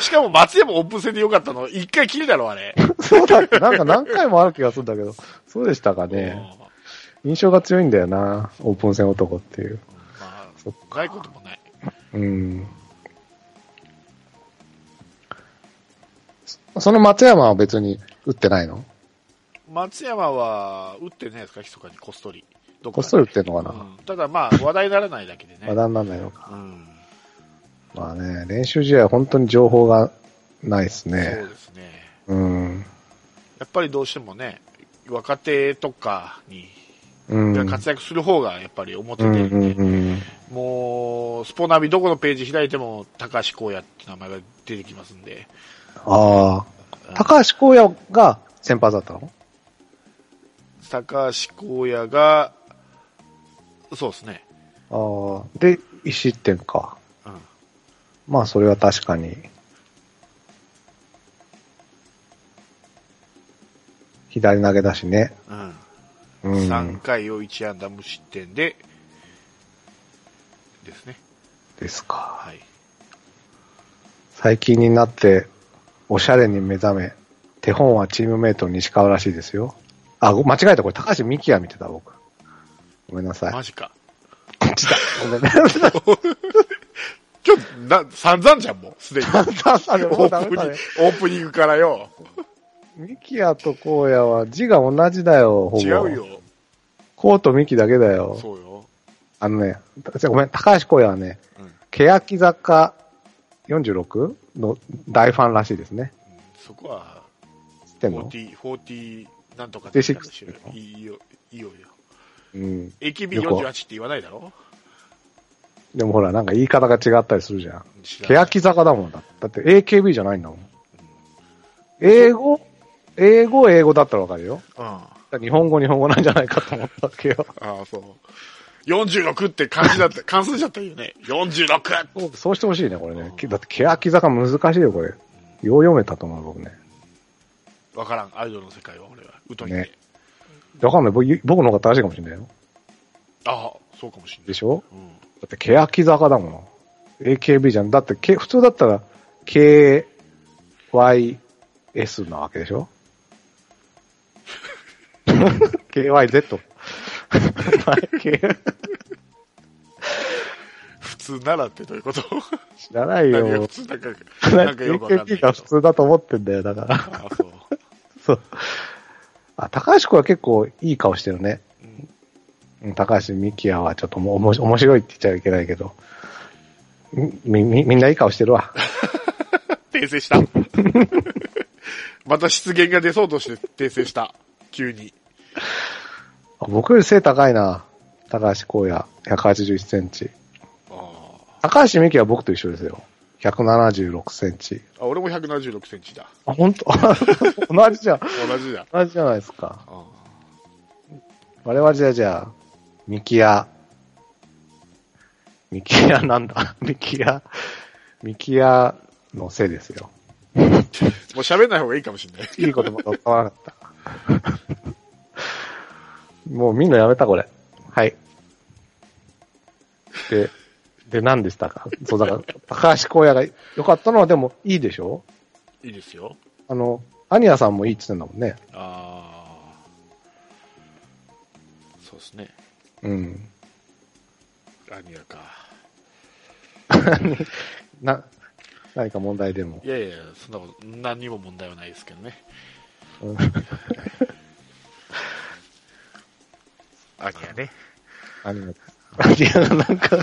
[SPEAKER 2] しかも松山オープン戦で良かったの、一回きりだろ、あれ。
[SPEAKER 3] う。そうだっけなんか何回もある気がするんだけど、そうでしたかね。
[SPEAKER 2] うん
[SPEAKER 3] 印象が強いんだよな。オープン戦男っていう。
[SPEAKER 2] ま
[SPEAKER 3] そっ
[SPEAKER 2] あ、ないこともない。
[SPEAKER 3] うん。そその松山は別に打ってないの
[SPEAKER 2] 松山は、打ってないですか、密かにこっそり。ど
[SPEAKER 3] こっ
[SPEAKER 2] かで
[SPEAKER 3] そり打ってんのかな、
[SPEAKER 2] うんただまあ、話題にならないだけでね。
[SPEAKER 3] 話題にならないのか。
[SPEAKER 2] うん。
[SPEAKER 3] まあね、練習試合は本当に情報がないです
[SPEAKER 2] そう
[SPEAKER 3] ね。
[SPEAKER 2] ですね。
[SPEAKER 3] うん。
[SPEAKER 2] やっぱりどうしてもね、若手とかに、
[SPEAKER 3] うん。
[SPEAKER 2] が活躍する方がやっぱり表
[SPEAKER 3] うん
[SPEAKER 2] で、
[SPEAKER 3] うんうん。
[SPEAKER 2] もう、スポナビどこのページ開いても、高橋光也って名前が出てきますんで。
[SPEAKER 3] あ
[SPEAKER 2] う
[SPEAKER 3] あ。
[SPEAKER 2] ん
[SPEAKER 3] 高橋光也が先発だったの
[SPEAKER 2] 高橋光也が、そうですね。
[SPEAKER 3] ああ、で、1失点か。
[SPEAKER 2] うん。
[SPEAKER 3] まあ、それは確かに。左投げだしね。
[SPEAKER 2] うん。
[SPEAKER 3] うん。
[SPEAKER 2] 3回を1安打無失点で、ですね。
[SPEAKER 3] ですか。
[SPEAKER 2] はい。
[SPEAKER 3] 最近になって、おしゃれに目覚め、手本はチームメイト西川らしいですよ。あ、ご間違えた。これ高橋幹也見てた、僕。ごめんなさい。
[SPEAKER 2] マジか。
[SPEAKER 3] こっちだ。ごめんなさい。
[SPEAKER 2] 今日、な、散々じゃん、もう、すでに。
[SPEAKER 3] あれ、も
[SPEAKER 2] オ
[SPEAKER 3] うダ
[SPEAKER 2] ープ
[SPEAKER 3] メ
[SPEAKER 2] ニ
[SPEAKER 3] だ
[SPEAKER 2] ン
[SPEAKER 3] ね
[SPEAKER 2] グ。、オープニングからよ。
[SPEAKER 3] ミキヤとコウヤは字が同じだよ、ほぼ。
[SPEAKER 2] 違う。よ。
[SPEAKER 3] コウとミキだけだよ。
[SPEAKER 2] そうよ。
[SPEAKER 3] あのね、ごめん、高橋コウヤはね、
[SPEAKER 2] うん。うん
[SPEAKER 3] 欅坂 46? の大ファンらしいですね。
[SPEAKER 2] そこは、
[SPEAKER 3] 知ってんの
[SPEAKER 2] 40、40なんとかって言ったんでしょ
[SPEAKER 3] 46
[SPEAKER 2] いいよ、いいよよ。
[SPEAKER 3] うん。
[SPEAKER 2] AKB48 って言わないだろ
[SPEAKER 3] でもほら、なんか言い方が違ったりするじゃん。
[SPEAKER 2] 知らない
[SPEAKER 3] 欅坂だもんだ。だって AKB じゃないんだもん。英語英語、英語だったらわかるよ。
[SPEAKER 2] うん。あ
[SPEAKER 3] 日本語、日本語なんじゃないかと思ったわけよ。
[SPEAKER 2] あ、そう。46って漢字だ った、関数じゃったよね。46!
[SPEAKER 3] そうそうしてほしいね、これね。だって欅坂難しいよ、これ。よう読めたと思う、僕ね。
[SPEAKER 2] わからん、アイドルの世界は俺は。疎いんで。
[SPEAKER 3] ねわかんない。僕僕の方が正しいかもしれないよ。
[SPEAKER 2] ああ、そうかもしれない。
[SPEAKER 3] でしょ
[SPEAKER 2] うん。
[SPEAKER 3] だって、欅坂だもん。AKB じゃん。だって、け普通だったら、KYS なわけで しょ ?KYZ。
[SPEAKER 2] 普通ならってどういうこと
[SPEAKER 3] 知らない
[SPEAKER 2] 何が
[SPEAKER 3] よ
[SPEAKER 2] 普。通なんか、なんかよくわかんないけ
[SPEAKER 3] AKB
[SPEAKER 2] ど。
[SPEAKER 3] が普通だと思ってんだよ、だから。
[SPEAKER 2] ああ、そう。
[SPEAKER 3] そう。あ、高橋君は結構いい顔してるね。
[SPEAKER 2] うん
[SPEAKER 3] うん高橋美希也はちょっともうおもし面白いって言っちゃいけないけど、み、み、みんないい顔してるわ。
[SPEAKER 2] 訂正した。 また失言が出そうとして訂正した。急に。
[SPEAKER 3] あ僕より背高いな。高橋光也、181センチ。
[SPEAKER 2] あ
[SPEAKER 3] 高橋美希は僕と一緒ですよ。176センチ。
[SPEAKER 2] あ。俺も176センチだ。
[SPEAKER 3] あ、本当 同じじゃん。
[SPEAKER 2] 同じだ。
[SPEAKER 3] 同じじゃないですか。
[SPEAKER 2] あ
[SPEAKER 3] 我々じゃ、じゃあ、ミキヤ。ミキヤなんだ。ミキヤ。ミキヤのせいですよ。
[SPEAKER 2] もう喋んない方がいいかもしれない。
[SPEAKER 3] いい言葉が使わなかった。もうみんなやめた、これ。はい。で、で、何でしたかそう、だから、高橋光也が良かったのはでもいいでしょ
[SPEAKER 2] いいですよ。
[SPEAKER 3] あの、アニアさんもいいって言ってんだもんね。
[SPEAKER 2] ああ。そうですね。
[SPEAKER 3] うん。
[SPEAKER 2] アニアか。
[SPEAKER 3] な、何か問題でも
[SPEAKER 2] い。やいや、そんなこと、何にも問題はないですけどね。
[SPEAKER 3] うん
[SPEAKER 2] アニアね。
[SPEAKER 3] アニメ。アニメなんか、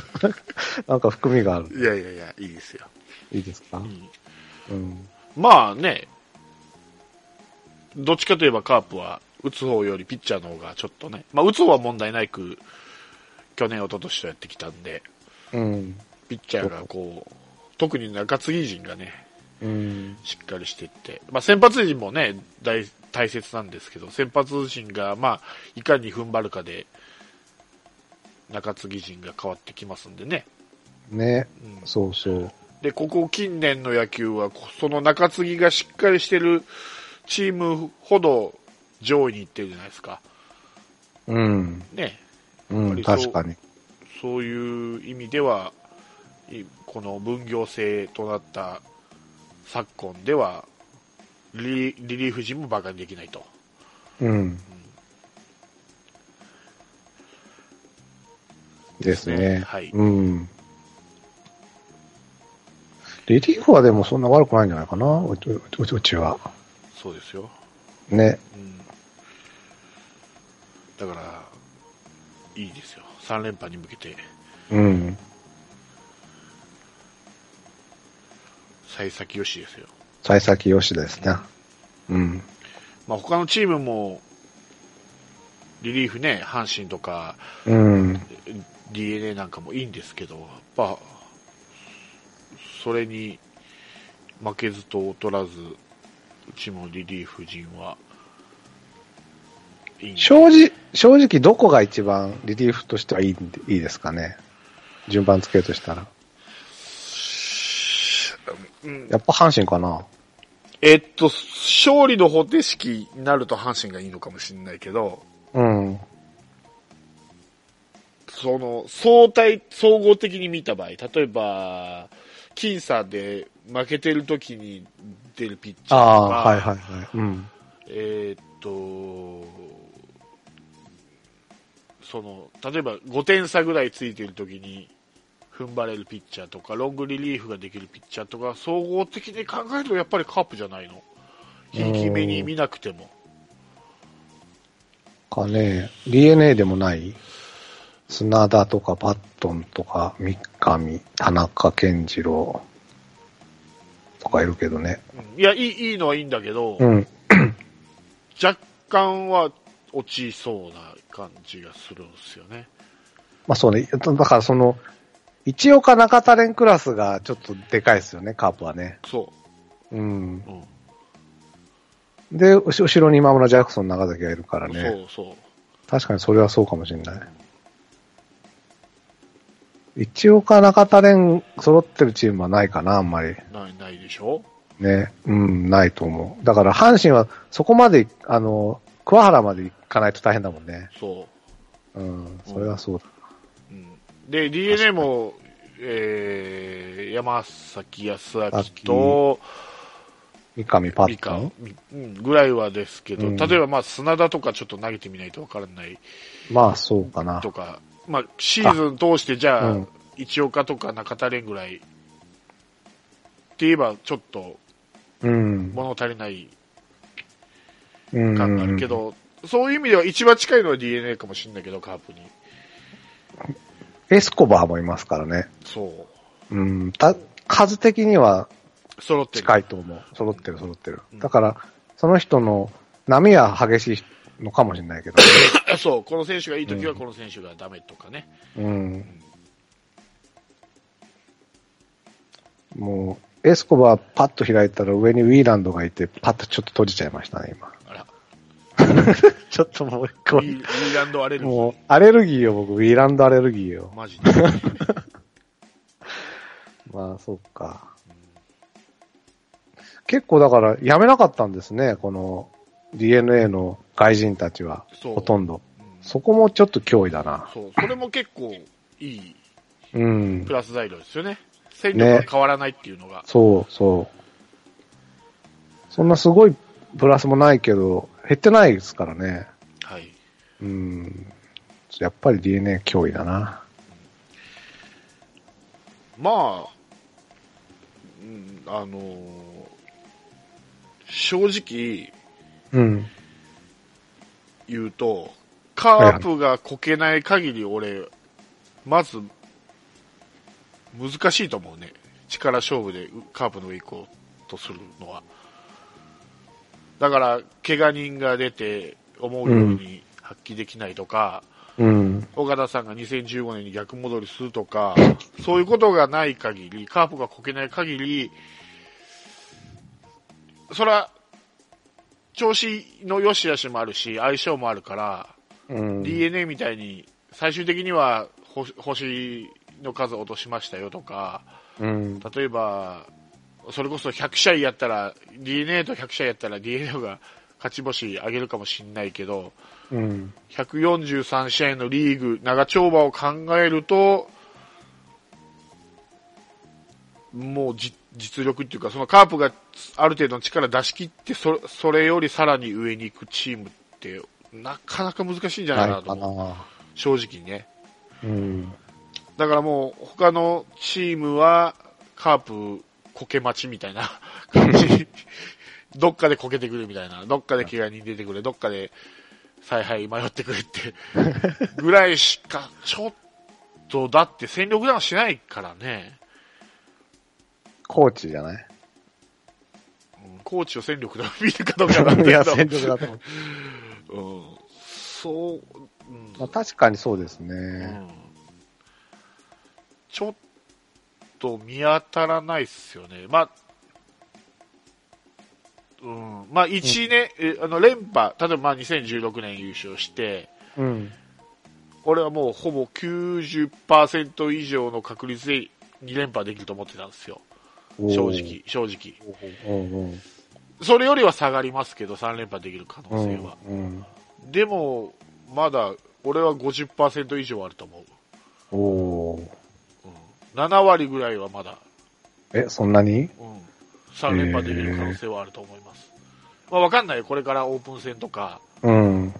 [SPEAKER 3] なんか含みがある。
[SPEAKER 2] いやいやいや、いいですよ。
[SPEAKER 3] いいですか
[SPEAKER 2] ん
[SPEAKER 3] うん。
[SPEAKER 2] まあね、どっちかといえばカープは、打つ方よりピッチャーの方がちょっとね、まあ打つ方は問題なく、去年、一昨年とやってきたんで、
[SPEAKER 3] うん。
[SPEAKER 2] ピッチャーがこう、特に中継ぎ陣がね、
[SPEAKER 3] うん。
[SPEAKER 2] しっかりしていって、まあ、先発陣もね大、大切なんですけど、先発陣が、まあ、いかに踏ん張るかで、中継ぎ陣が変わってきますんでね。
[SPEAKER 3] ね、
[SPEAKER 2] うん
[SPEAKER 3] そうそう。
[SPEAKER 2] で、ここ近年の野球は、こその中継ぎがしっかりしてるチームほど上位に行ってるじゃないですか。
[SPEAKER 3] うん。
[SPEAKER 2] ね。
[SPEAKER 3] う
[SPEAKER 2] ぱ
[SPEAKER 3] ん、
[SPEAKER 2] りそう
[SPEAKER 3] 確かに。
[SPEAKER 2] そういう意味では、いこの分業制となった昨今では、リリリーフ陣も馬鹿にできないと。
[SPEAKER 3] うん。です
[SPEAKER 2] ですね
[SPEAKER 3] ね。
[SPEAKER 2] はい
[SPEAKER 3] うん。リリーフはでもそんな悪くないんじゃないかな、うちうちうちは。
[SPEAKER 2] そうですよ。
[SPEAKER 3] ね。
[SPEAKER 2] うんだから、いいですよ。3連覇に向けて、
[SPEAKER 3] うん。
[SPEAKER 2] 幸先よしですよ。
[SPEAKER 3] 幸先良しですね。うん。
[SPEAKER 2] まあ、他のチームも、リリーフね、阪神とか、
[SPEAKER 3] うん。
[SPEAKER 2] DNA なんかもいいんですけど、やっぱ、それに負けずと劣らず、うちもリリーフ陣は、いいんで
[SPEAKER 3] 正直、正直どこが一番リリーフとしてはいいんでいいですかね。順番つけるとしたら。
[SPEAKER 2] うん
[SPEAKER 3] やっぱ阪神かな。
[SPEAKER 2] えっと、勝利の方程式になると阪神がいいのかもしれないけど、
[SPEAKER 3] うん。
[SPEAKER 2] その、相対、総合的に見た場合、例えば、僅差で負けてる時に出るピッチャーと
[SPEAKER 3] あ
[SPEAKER 2] か、
[SPEAKER 3] あ、はいはいはい。うん。
[SPEAKER 2] えーっと、その、例えば5点差ぐらいついてる時に、踏ん張れるピッチャーとか、ロングリリーフができるピッチャーとか、総合的に考えるとやっぱりカープじゃないの。ひいき目に見なくても。
[SPEAKER 3] かね、DNA でもない砂田とかパットンとか三上、田中健次郎とかいるけどね。
[SPEAKER 2] うんいや、いい、いいのはいいんだけど、
[SPEAKER 3] うん。
[SPEAKER 2] 若干は落ちそうな感じがするんですよね。
[SPEAKER 3] まあそうね、だからその、一岡中田連クラスがちょっとでかいですよね、カープはね。
[SPEAKER 2] そ
[SPEAKER 3] うん
[SPEAKER 2] う。。うん。
[SPEAKER 3] で、後後ろに今村ジャクソン長崎がいるからね。
[SPEAKER 2] そうそう。
[SPEAKER 3] 確かにそれはそうかもしれない。一岡中田連揃ってるチームはないかな、あんまり。
[SPEAKER 2] ない、ないでしょ
[SPEAKER 3] ね、うん、ないと思う。だから阪神はそこまで、あの、桑原まで行かないと大変だもんね。
[SPEAKER 2] そ
[SPEAKER 3] うん、それはそうだ。
[SPEAKER 2] う。うん。で、DNA も、えー、山崎康明と、
[SPEAKER 3] 三上パ
[SPEAKER 2] 三
[SPEAKER 3] ッ
[SPEAKER 2] 河
[SPEAKER 3] ト
[SPEAKER 2] うん、ぐらいはですけど、
[SPEAKER 3] うん
[SPEAKER 2] 例えばまあ、砂田とかちょっと投げてみないとわからない
[SPEAKER 3] まあ、そうかな
[SPEAKER 2] と。か、まあ、シーズン通してじゃあ、
[SPEAKER 3] うん
[SPEAKER 2] 一岡とか中田連ぐらい、って言えばちょっと
[SPEAKER 3] うん。
[SPEAKER 2] 物足りない
[SPEAKER 3] うん
[SPEAKER 2] 感があるけど、そういう意味では一番近いのは DNA かもしれないけど、カープに。
[SPEAKER 3] エスコバーもいますからね。
[SPEAKER 2] そ
[SPEAKER 3] うん、た、数的には
[SPEAKER 2] う。揃ってる。
[SPEAKER 3] 近いと思う。揃ってる揃ってる。だから、その人の波は激しいのかもしれな いけど。
[SPEAKER 2] そう、この選手がいいときはこの選手がダメとかね。
[SPEAKER 3] うん。もう、エスコバーパッと開いたら上にウィーランドがいて、パッとちょっと閉じちゃいましたね、今。
[SPEAKER 2] あら、
[SPEAKER 3] ちょっともう一
[SPEAKER 2] ウ
[SPEAKER 3] 個。
[SPEAKER 2] ィウィーランドアレルギー。
[SPEAKER 3] もう、アレルギーよ、僕、ウィーランドアレルギーよ。
[SPEAKER 2] マジで。
[SPEAKER 3] まあ、そうか。結構だから、やめなかったんですね、この DNA の外人たちは。
[SPEAKER 2] そう
[SPEAKER 3] ほとんど。
[SPEAKER 2] うん
[SPEAKER 3] そこもちょっと脅威だな。
[SPEAKER 2] そう、それも結構いい
[SPEAKER 3] うん
[SPEAKER 2] プ。ラス材料ですよね。戦力が変わらないっていうのが。
[SPEAKER 3] そう、そう。そんなすごいプラスもないけど、減ってないですからね。
[SPEAKER 2] はい。
[SPEAKER 3] うん。やっぱり DNA 脅威だな。
[SPEAKER 2] まあ、うんあのー正直
[SPEAKER 3] うん。
[SPEAKER 2] 言うと、カープがこけない限り俺、まず、難しいと思うね。力勝負でカープの上行こうとするのは。だから、怪我人が出て、思うように発揮できないとか、
[SPEAKER 3] うん。
[SPEAKER 2] 岡田さんが2015年に逆戻りするとか、そういうことがない限り、カープがこけない限り、そら、調子の良し悪しもあるし、相性もあるから、
[SPEAKER 3] うん。
[SPEAKER 2] DNA みたいに最終的には星星の数を落としましたよとか、
[SPEAKER 3] うん。
[SPEAKER 2] 例えば、それこそ100試合やったら、DNA と100試合やったら DNA が勝ち星上げるかもしんないけど、
[SPEAKER 3] うん。
[SPEAKER 2] 143試合のリーグ、長丁場を考えると、もうじ実力っていうか、そのカープがある程度の力出し切ってそ、それよりさらに上に行くチームって、なかなか難しいんじゃないか
[SPEAKER 3] な
[SPEAKER 2] ないと
[SPEAKER 3] か
[SPEAKER 2] 思う、
[SPEAKER 3] な。
[SPEAKER 2] 正直ね。
[SPEAKER 3] うん。
[SPEAKER 2] だからもう、他のチームは、カープ、こけ待ちみたいな 感じ。どっかでこけてくるみたいな。どっかで怪我人出てくれ。どっかで采配迷ってくれって。ぐらいしか、ちょっと、だって戦力ダウンしないからね。
[SPEAKER 3] コーチじゃない
[SPEAKER 2] うんコーチを戦力ダウン見るかどうかなんだ
[SPEAKER 3] い
[SPEAKER 2] け
[SPEAKER 3] や、
[SPEAKER 2] ど。
[SPEAKER 3] 戦力だと思う。
[SPEAKER 2] うん。そう、うん
[SPEAKER 3] まあ、確かにそうです
[SPEAKER 2] う
[SPEAKER 3] ね。
[SPEAKER 2] んちょっと見当たらないっすよね。まあ、うん、まあ1年、えあの連覇、例えばまあ2016年優勝して、
[SPEAKER 3] うん。
[SPEAKER 2] 俺はもうほぼ90%以上の確率で2連覇できると思ってたんですよ。正直、正直。
[SPEAKER 3] うん。うん。
[SPEAKER 2] それよりは下がりますけど、3連覇できる可能性は。
[SPEAKER 3] うん。
[SPEAKER 2] でも、まだ、俺は50%以上あると思う。
[SPEAKER 3] おお。
[SPEAKER 2] 7割ぐらいはまだ
[SPEAKER 3] え、そんなに
[SPEAKER 2] うん、3連覇できる可能性はあると思います。まあ、わかんないよ、これからオープン戦とか
[SPEAKER 3] うん。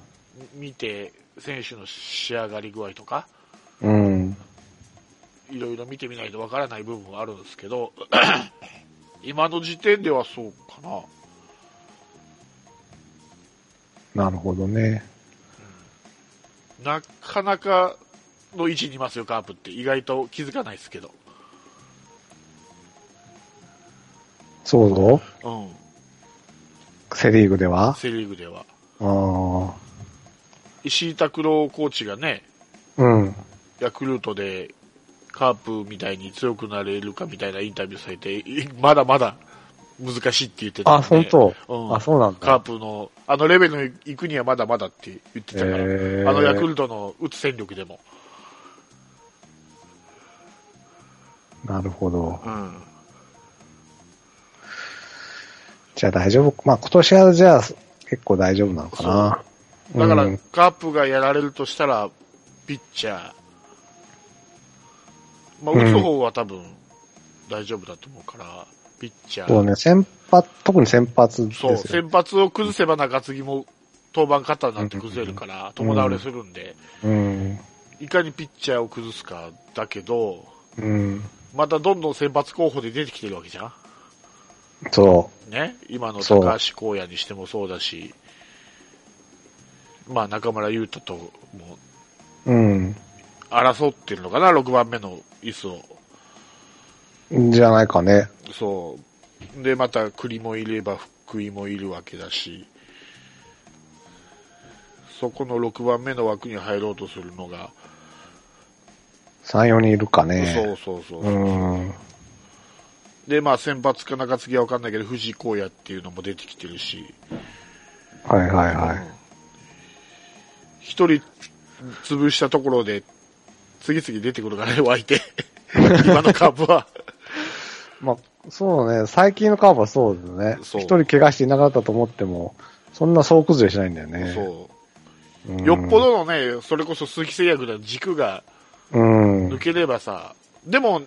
[SPEAKER 2] 見て、選手の仕上がり具合とか、
[SPEAKER 3] うん。
[SPEAKER 2] いろいろ見てみないとわからない部分はあるんですけど、 今の時点ではそうかな。
[SPEAKER 3] なるほどね。
[SPEAKER 2] なかなかの位置にいますよ、カープって。意外と気づかないですけど。
[SPEAKER 3] そうぞ。
[SPEAKER 2] うん。
[SPEAKER 3] セリーグでは
[SPEAKER 2] セリーグでは。
[SPEAKER 3] ああ。
[SPEAKER 2] 石井拓郎コーチがね、
[SPEAKER 3] うん。
[SPEAKER 2] ヤクルトでカープみたいに強くなれるかみたいなインタビューされて、いまだまだ難しいって言ってたん
[SPEAKER 3] あ、
[SPEAKER 2] で
[SPEAKER 3] 本当、
[SPEAKER 2] うん
[SPEAKER 3] あ、そうなん
[SPEAKER 2] カー
[SPEAKER 3] だ。
[SPEAKER 2] プの、あのレベルに行くにはまだまだって言ってたから、
[SPEAKER 3] へー
[SPEAKER 2] あのヤクルトの打つ戦力でも。
[SPEAKER 3] なるほど。
[SPEAKER 2] うん。
[SPEAKER 3] じゃあ大丈夫。まあ今年はじゃあ結構大丈夫なのかな。
[SPEAKER 2] だから、
[SPEAKER 3] うん
[SPEAKER 2] カープがやられるとしたら、ピッチャー、まあ、
[SPEAKER 3] うん
[SPEAKER 2] 打つ方は多分大丈夫だと思うから、ピッチャー、
[SPEAKER 3] そうね、先発、特に先発です
[SPEAKER 2] そう、
[SPEAKER 3] よ。
[SPEAKER 2] 先発を崩せば中継ぎも登板肩になって崩れるから、友倒れするんで、
[SPEAKER 3] うん。
[SPEAKER 2] いかにピッチャーを崩すかだけど、
[SPEAKER 3] うん。
[SPEAKER 2] またどんどん先発候補で出てきてるわけじゃ
[SPEAKER 3] そ
[SPEAKER 2] んね今の
[SPEAKER 3] そう
[SPEAKER 2] 高橋光也にしてもそうだし、まあ中村優太とも
[SPEAKER 3] う。うん。
[SPEAKER 2] 争ってるのかな、6番目の椅子を。
[SPEAKER 3] じゃないかね。
[SPEAKER 2] そう。で、また栗もいれば福井もいるわけだし、そこの6番目の枠に入ろうとするのが、
[SPEAKER 3] 3、4人いるか
[SPEAKER 2] そう
[SPEAKER 3] ね。
[SPEAKER 2] そうそう。
[SPEAKER 3] うん。
[SPEAKER 2] で、まあ先発か中継ぎはわかんないけど、藤井荒也っていうのも出てきてるし、
[SPEAKER 3] はいはいはい。
[SPEAKER 2] 一人潰したところで、次々出てくるからね、湧い て。今のカープは。
[SPEAKER 3] まあ、そうね。最近のカーブはそうですね。
[SPEAKER 2] そ
[SPEAKER 3] 一
[SPEAKER 2] う
[SPEAKER 3] 人怪我していなかったと思っても、そんな総崩れしないんだよね。
[SPEAKER 2] そうう。
[SPEAKER 3] ん
[SPEAKER 2] よっぽ。どのね、それこそ鈴木誠也ぐらいの軸が
[SPEAKER 3] うん
[SPEAKER 2] 抜。ければさ、でも、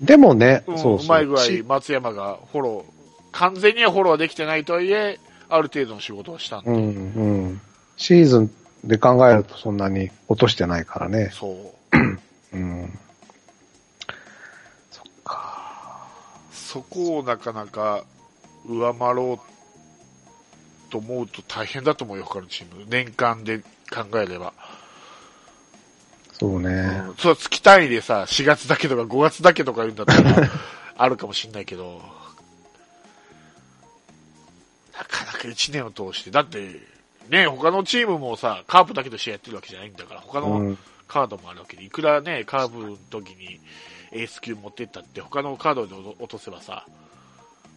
[SPEAKER 3] でもね、
[SPEAKER 2] う
[SPEAKER 3] そ
[SPEAKER 2] ん
[SPEAKER 3] うそう
[SPEAKER 2] うまい具合
[SPEAKER 3] し、
[SPEAKER 2] 松山がフォロー、完全にはフォローはできてないとはいえ、ある程度の仕事をしたんで、
[SPEAKER 3] うん、うん。シーズンで考えるとそんなに落としてないからね。
[SPEAKER 2] そう。
[SPEAKER 3] うん。
[SPEAKER 2] そこをなかなか上回ろうと思うと大変だと思うよ、他のチーム。年間で考えれば。
[SPEAKER 3] そうね。
[SPEAKER 2] うん、そう、月単位でさ、4月だけとか5月だけとか言うんだった ら、あるかもしんないけど、なかなか1年を通して、だって、ね、他のチームもさ、カープだけと試合やってるわけじゃないんだから、他
[SPEAKER 3] う
[SPEAKER 2] の
[SPEAKER 3] ん
[SPEAKER 2] カードもあるわけで、いくらね、カーブの時にエース級持ってったって、他のカードで落とせばさ、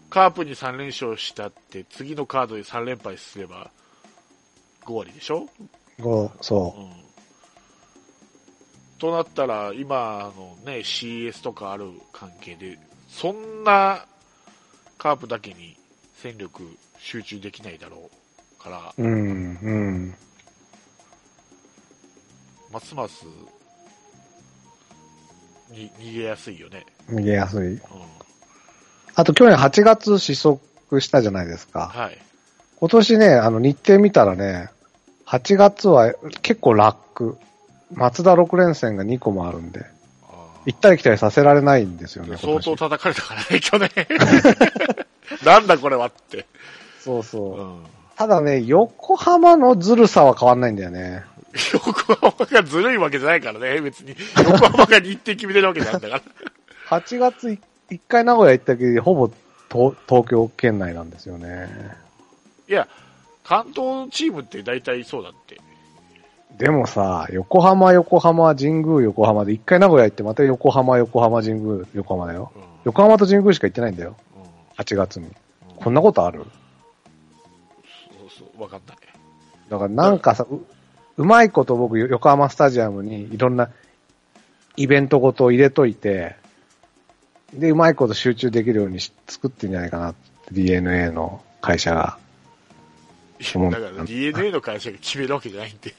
[SPEAKER 2] カープに3連勝したって、次のカードで3連敗すれば、5割でしょ
[SPEAKER 3] こうそうう。
[SPEAKER 2] んとなったら、今のね、CS とかある関係で、そんなカープだけに戦力集中できないだろうから、
[SPEAKER 3] うん、うん。
[SPEAKER 2] ますますに逃げやすいよね。
[SPEAKER 3] 逃げやすい。
[SPEAKER 2] うん、
[SPEAKER 3] あと去年8月失速したじゃないですか。
[SPEAKER 2] はい。
[SPEAKER 3] 今年ね、あの日程見たらね、8月は結構楽。松田6連戦が2個もあるんで、
[SPEAKER 2] あ
[SPEAKER 3] 行ったり来たりさせられないんですよ
[SPEAKER 2] ー
[SPEAKER 3] ね、今
[SPEAKER 2] 相当
[SPEAKER 3] 年
[SPEAKER 2] 叩かれたからね、去年。なんだこれはって。
[SPEAKER 3] そうそうう。
[SPEAKER 2] ん、
[SPEAKER 3] ただね、横浜のずるさは変わんないんだよね。
[SPEAKER 2] 横浜がずるいわけじゃないからね、別に。横浜が日程決めてるわけじゃないんだから。
[SPEAKER 3] 8月い1回名古屋行ったけど、ほぼ東東京圏内なんですよね。
[SPEAKER 2] いや、関東のチームって大体そうだって。
[SPEAKER 3] でもさ、横浜、横浜、神宮、横浜で、1回名古屋行って、また横浜、横浜、神宮、横浜だよ。
[SPEAKER 2] うん
[SPEAKER 3] 横浜と神宮しか行ってないんだよ。
[SPEAKER 2] うん
[SPEAKER 3] 8月に。こんなことある
[SPEAKER 2] そうそう、わかんない。
[SPEAKER 3] だからなんかさ、ううまいこと僕、よ横浜スタジアムにいろんなイベントごとを入れといて、で、うまいこと集中できるようにし作ってんじゃないかなって、DNA の会社が。
[SPEAKER 2] い
[SPEAKER 3] 思
[SPEAKER 2] や
[SPEAKER 3] う
[SPEAKER 2] だから DNA の会社が決めるわけじゃないんで。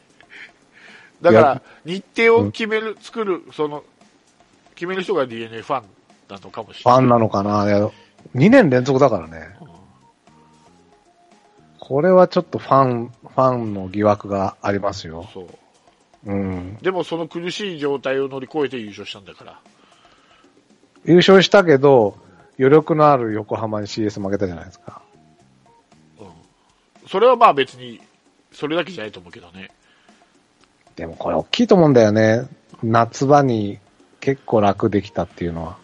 [SPEAKER 2] だから、日程を決める、作る、その、決める人が DNA ファンなのかもし
[SPEAKER 3] フ
[SPEAKER 2] れ
[SPEAKER 3] ァ
[SPEAKER 2] ない。
[SPEAKER 3] ンなのかないや、2年連続だからね。これはちょっとファン、ファンの疑惑がありますよ。
[SPEAKER 2] そう。
[SPEAKER 3] うん。
[SPEAKER 2] でもその苦しい状態を乗り越えて優勝したんだから。
[SPEAKER 3] 優勝したけど、余力のある横浜に CS 負けたじゃないですか。
[SPEAKER 2] それはまあ別に、それだけじゃないと思うけどね。
[SPEAKER 3] でもこれ大きいと思うんだよね。夏場に結構楽できたっていうのは。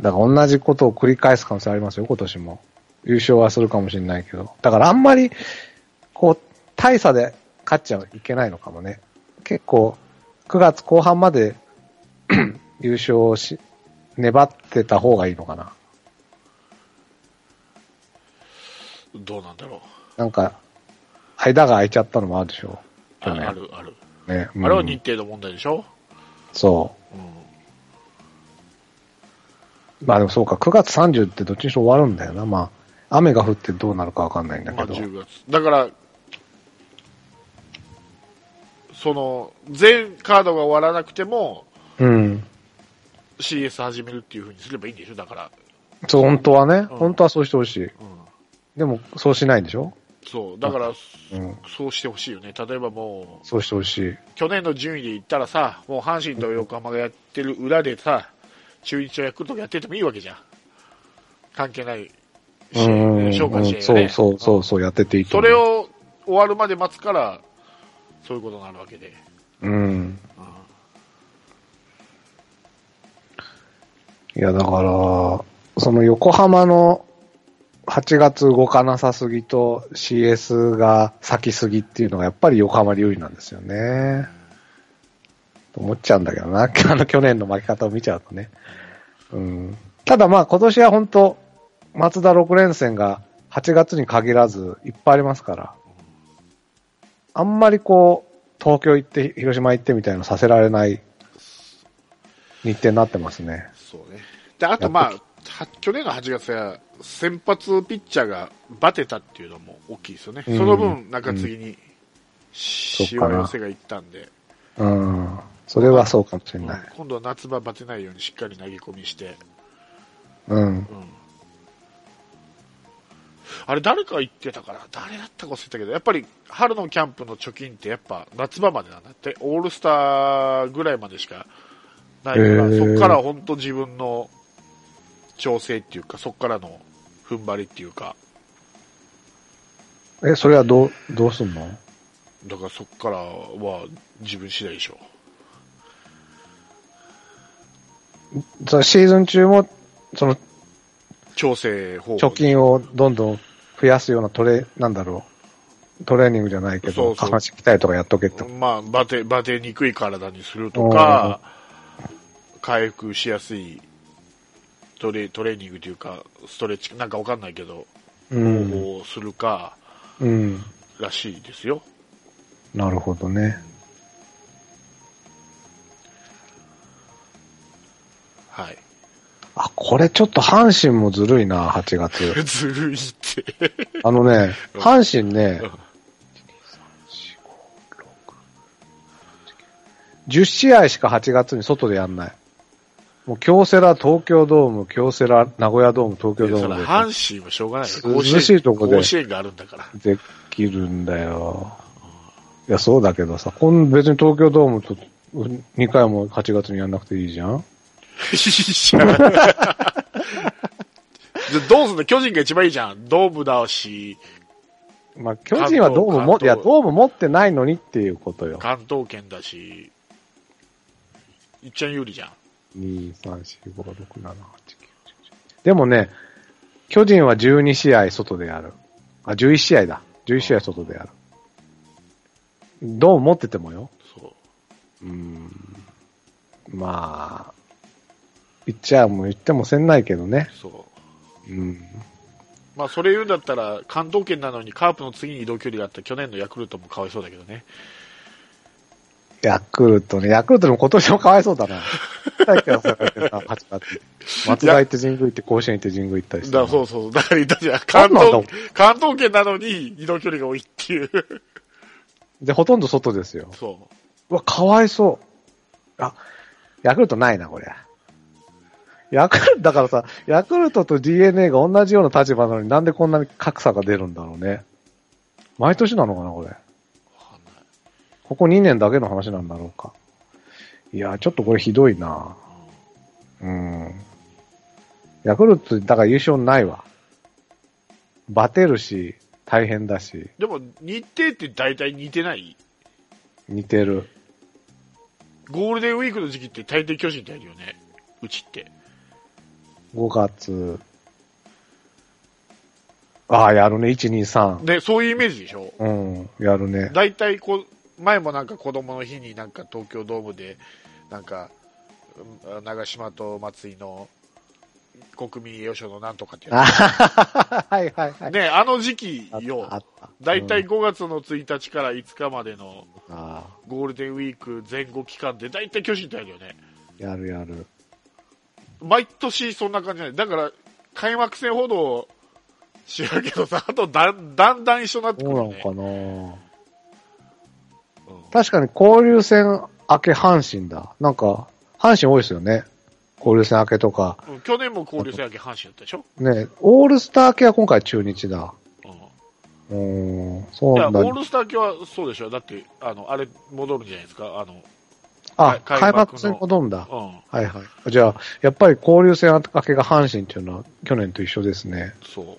[SPEAKER 3] だから同じことを繰り返す可能性ありますよ、今年も。優勝はするかもしれないけど。だからあんまり、こう、大差で勝っちゃいけないのかもね。結構、9月後半まで 優勝し、粘ってた方がいいのかな。
[SPEAKER 2] どうなんだろう。
[SPEAKER 3] なんか、間が空いちゃったのもあるでしょ。
[SPEAKER 2] あ
[SPEAKER 3] 去年
[SPEAKER 2] ある、ある。
[SPEAKER 3] ね。
[SPEAKER 2] あれは
[SPEAKER 3] うん
[SPEAKER 2] 日程の問題でしょ、
[SPEAKER 3] そう。
[SPEAKER 2] うん
[SPEAKER 3] まあでもそうか、9月30ってどっちにしろ終わるんだよな。まあ、雨が降ってどうなるかわかんないんだ
[SPEAKER 2] ま
[SPEAKER 3] け
[SPEAKER 2] あ、
[SPEAKER 3] ど。
[SPEAKER 2] 10月。だから、その、全カードが終わらなくても、
[SPEAKER 3] うん。
[SPEAKER 2] CS 始めるっていう風にすればいいんでしょだから、
[SPEAKER 3] そう、本当はね。
[SPEAKER 2] うん
[SPEAKER 3] 本当はそうしてほしい。
[SPEAKER 2] うん
[SPEAKER 3] でも、そうしないんでしょ
[SPEAKER 2] そう。だから、
[SPEAKER 3] うん。
[SPEAKER 2] そうしてほしいよね。例えばも
[SPEAKER 3] そうしてほしい。
[SPEAKER 2] う、去年の順位で言ったらさ、もう阪神と横浜がやってる裏でさ、中日とヤクルトがやっててもいいわけじゃん。関係ない試合、消化試合が
[SPEAKER 3] そ
[SPEAKER 2] ね。
[SPEAKER 3] うそうそうそう、やってていいと
[SPEAKER 2] そ
[SPEAKER 3] 思う
[SPEAKER 2] れを終わるまで待つから、そういうことになるわけで。
[SPEAKER 3] うん。いや、だから、その横浜の8月動かなさすぎと CS が先すぎっていうのがやっぱり横浜流利なんですよね。と思っちゃうんだけどな。 あの去年の負け方を見ちゃうとね。うん。ただまあ今年は本当松田6連戦が8月に限らずいっぱいありますから。あんまりこう、東京行って、広島行ってみたいなのさせられない日程になってますね。
[SPEAKER 2] そうね。で、あとまあ、は去年の8月は、先発ピッチャーがバテたっていうのも大きいですよね。
[SPEAKER 3] うん
[SPEAKER 2] その分、中継ぎに、
[SPEAKER 3] う
[SPEAKER 2] し
[SPEAKER 3] か
[SPEAKER 2] わ
[SPEAKER 3] な
[SPEAKER 2] 寄せがいったんで、
[SPEAKER 3] うん。それはそうかもしれ
[SPEAKER 2] うん
[SPEAKER 3] ない。
[SPEAKER 2] 今度は夏場バテないようにしっかり投げ込みして、
[SPEAKER 3] うん。
[SPEAKER 2] うん。あれ、誰か言ってたから、誰だったか忘れたけど、やっぱり春のキャンプの貯金って、やっぱ夏場までなんだって、オールスターぐらいまでしかないから、
[SPEAKER 3] へー
[SPEAKER 2] そこから本当自分の調整っていうか、そこからの踏ん張りっていうか、
[SPEAKER 3] え、それはどう、どうすんの
[SPEAKER 2] だからそこからは自分次第でしょ。
[SPEAKER 3] そのシーズン中も、その
[SPEAKER 2] 調整方法
[SPEAKER 3] 貯金をどんどん増やすようなトレ、なんだろう。トレーニングじゃないけ
[SPEAKER 2] そ
[SPEAKER 3] ど、
[SPEAKER 2] うそう
[SPEAKER 3] 下半身鍛えとかやっとけってこと。
[SPEAKER 2] まあ、バテ、バテにくい体にするとか、回復しやすいトレトレーニングというか、ストレッチ、なんかわかんないけど、
[SPEAKER 3] う
[SPEAKER 2] 方
[SPEAKER 3] ん。
[SPEAKER 2] 法をするか、
[SPEAKER 3] うん。
[SPEAKER 2] らしいですよ。
[SPEAKER 3] なるほどね。
[SPEAKER 2] はい。
[SPEAKER 3] あ、これちょっと阪神もずるいな、8月。
[SPEAKER 2] ずるいって。
[SPEAKER 3] あのね、
[SPEAKER 2] うん
[SPEAKER 3] 阪神ね
[SPEAKER 2] うん、
[SPEAKER 3] 10試合しか8月に外でやんない。もう京セラ東京ドーム、京セラ名古屋ドーム、東
[SPEAKER 2] そ
[SPEAKER 3] 京
[SPEAKER 2] れ
[SPEAKER 3] ドームで
[SPEAKER 2] 阪神はしょうがないよ。
[SPEAKER 3] 涼
[SPEAKER 2] 甲
[SPEAKER 3] しい
[SPEAKER 2] 子園
[SPEAKER 3] とこで
[SPEAKER 2] 甲子園があるんだ から。
[SPEAKER 3] できるんだよ。いや、そうだけどさ、今別に東京ドームと2回も8月にやんなくていいじゃん
[SPEAKER 2] いいじゃん。じゃあどうすんの巨人が一番いいじゃん。ドームだし、
[SPEAKER 3] まあ、巨人はドーム
[SPEAKER 2] 関
[SPEAKER 3] も、
[SPEAKER 2] 東
[SPEAKER 3] いや、ドーム持ってないのにっていうことよ。
[SPEAKER 2] 関東圏だし、いっちゃん有利じゃん。
[SPEAKER 3] 2、3、4、5、6、7、8、9、10。でもね、巨人は12試合外でやる。あ、11試合だ。11試合外でやる。どう思っててもよ。
[SPEAKER 2] そう。
[SPEAKER 3] うん。まあ、言っちゃもう言ってもせんないけどね。
[SPEAKER 2] そう。
[SPEAKER 3] うん。
[SPEAKER 2] まあ、それ言うんだったら、関東圏なのにカープの次に移動距離があった去年のヤクルトもかわいそうだけどね。
[SPEAKER 3] ヤクルトね、ヤクルトも今年もかわいそうだな。さっきはそうやってさ、8月。松田行って神宮行って甲子園行って神宮行ったり
[SPEAKER 2] だ
[SPEAKER 3] し
[SPEAKER 2] か
[SPEAKER 3] て
[SPEAKER 2] ら、そうそう。だから、だから
[SPEAKER 3] そ
[SPEAKER 2] 関
[SPEAKER 3] うなんだ
[SPEAKER 2] 東、関東圏なのに移動距離が多いっていう。
[SPEAKER 3] で、ほとんど外ですよ。
[SPEAKER 2] そう
[SPEAKER 3] わ、かわいそう。あ、ヤクルトないな、これ。ヤクルト、だからさ、ヤクルトと DNA が同じような立場なのになんでこんなに格差が出るんだろうね。毎年なのかな、これ。
[SPEAKER 2] う。わかんない。
[SPEAKER 3] ここ2年だけの話なんだろうか。いやー、ちょっとこれひどいなうん。ヤクルト、だから優勝ないわ。バテるし、大変だし、
[SPEAKER 2] でも、日程って大体似てない
[SPEAKER 3] 似てる。
[SPEAKER 2] ゴールデンウィークの時期って大抵巨人ってやるよね。うちって。
[SPEAKER 3] 5月。ああ、やるね、1、2、3。
[SPEAKER 2] ね、そういうイメージでしょ
[SPEAKER 3] うん、やるね。
[SPEAKER 2] 大体こう、前もなんか子供の日になんか東京ドームで、なんか、うん長島と松井の国民栄誉賞のなんとかってや
[SPEAKER 3] はいはい
[SPEAKER 2] つ。。
[SPEAKER 3] は
[SPEAKER 2] ね、あの時期
[SPEAKER 3] あっ
[SPEAKER 2] よ。
[SPEAKER 3] た。
[SPEAKER 2] 大
[SPEAKER 3] う
[SPEAKER 2] 体
[SPEAKER 3] ん
[SPEAKER 2] 5月の1日から5日までの
[SPEAKER 3] あ
[SPEAKER 2] ゴールデンウィーク前後期間で大体巨人ってやるよね。
[SPEAKER 3] ーやるやる。
[SPEAKER 2] 毎年そんな感じじゃない。だから、開幕戦ほど知らんけどさ、あとだんだんだん一緒になって
[SPEAKER 3] そ
[SPEAKER 2] く
[SPEAKER 3] う
[SPEAKER 2] る
[SPEAKER 3] な
[SPEAKER 2] よ
[SPEAKER 3] の
[SPEAKER 2] ね。
[SPEAKER 3] かな
[SPEAKER 2] うん
[SPEAKER 3] 確かに交流戦明け阪神だ。なんか、阪神多いですよね。交流戦明けとか。
[SPEAKER 2] うん去年も交流戦明け阪神だったでしょ、
[SPEAKER 3] ね、オールスター系は今回中日だ。
[SPEAKER 2] うん、いう
[SPEAKER 3] ーん、そう
[SPEAKER 2] や
[SPEAKER 3] な
[SPEAKER 2] オ
[SPEAKER 3] んだ。
[SPEAKER 2] ールスター明けはそうでしょだって、あの、あれ戻るんじゃないですかあの、
[SPEAKER 3] あ、
[SPEAKER 2] 開
[SPEAKER 3] 開
[SPEAKER 2] 幕
[SPEAKER 3] 幕
[SPEAKER 2] の
[SPEAKER 3] 戦ほとんどだ。
[SPEAKER 2] うん、
[SPEAKER 3] はいはい。じゃあ、やっぱり交流戦明けが阪神っていうのは去年と一緒ですね。
[SPEAKER 2] そ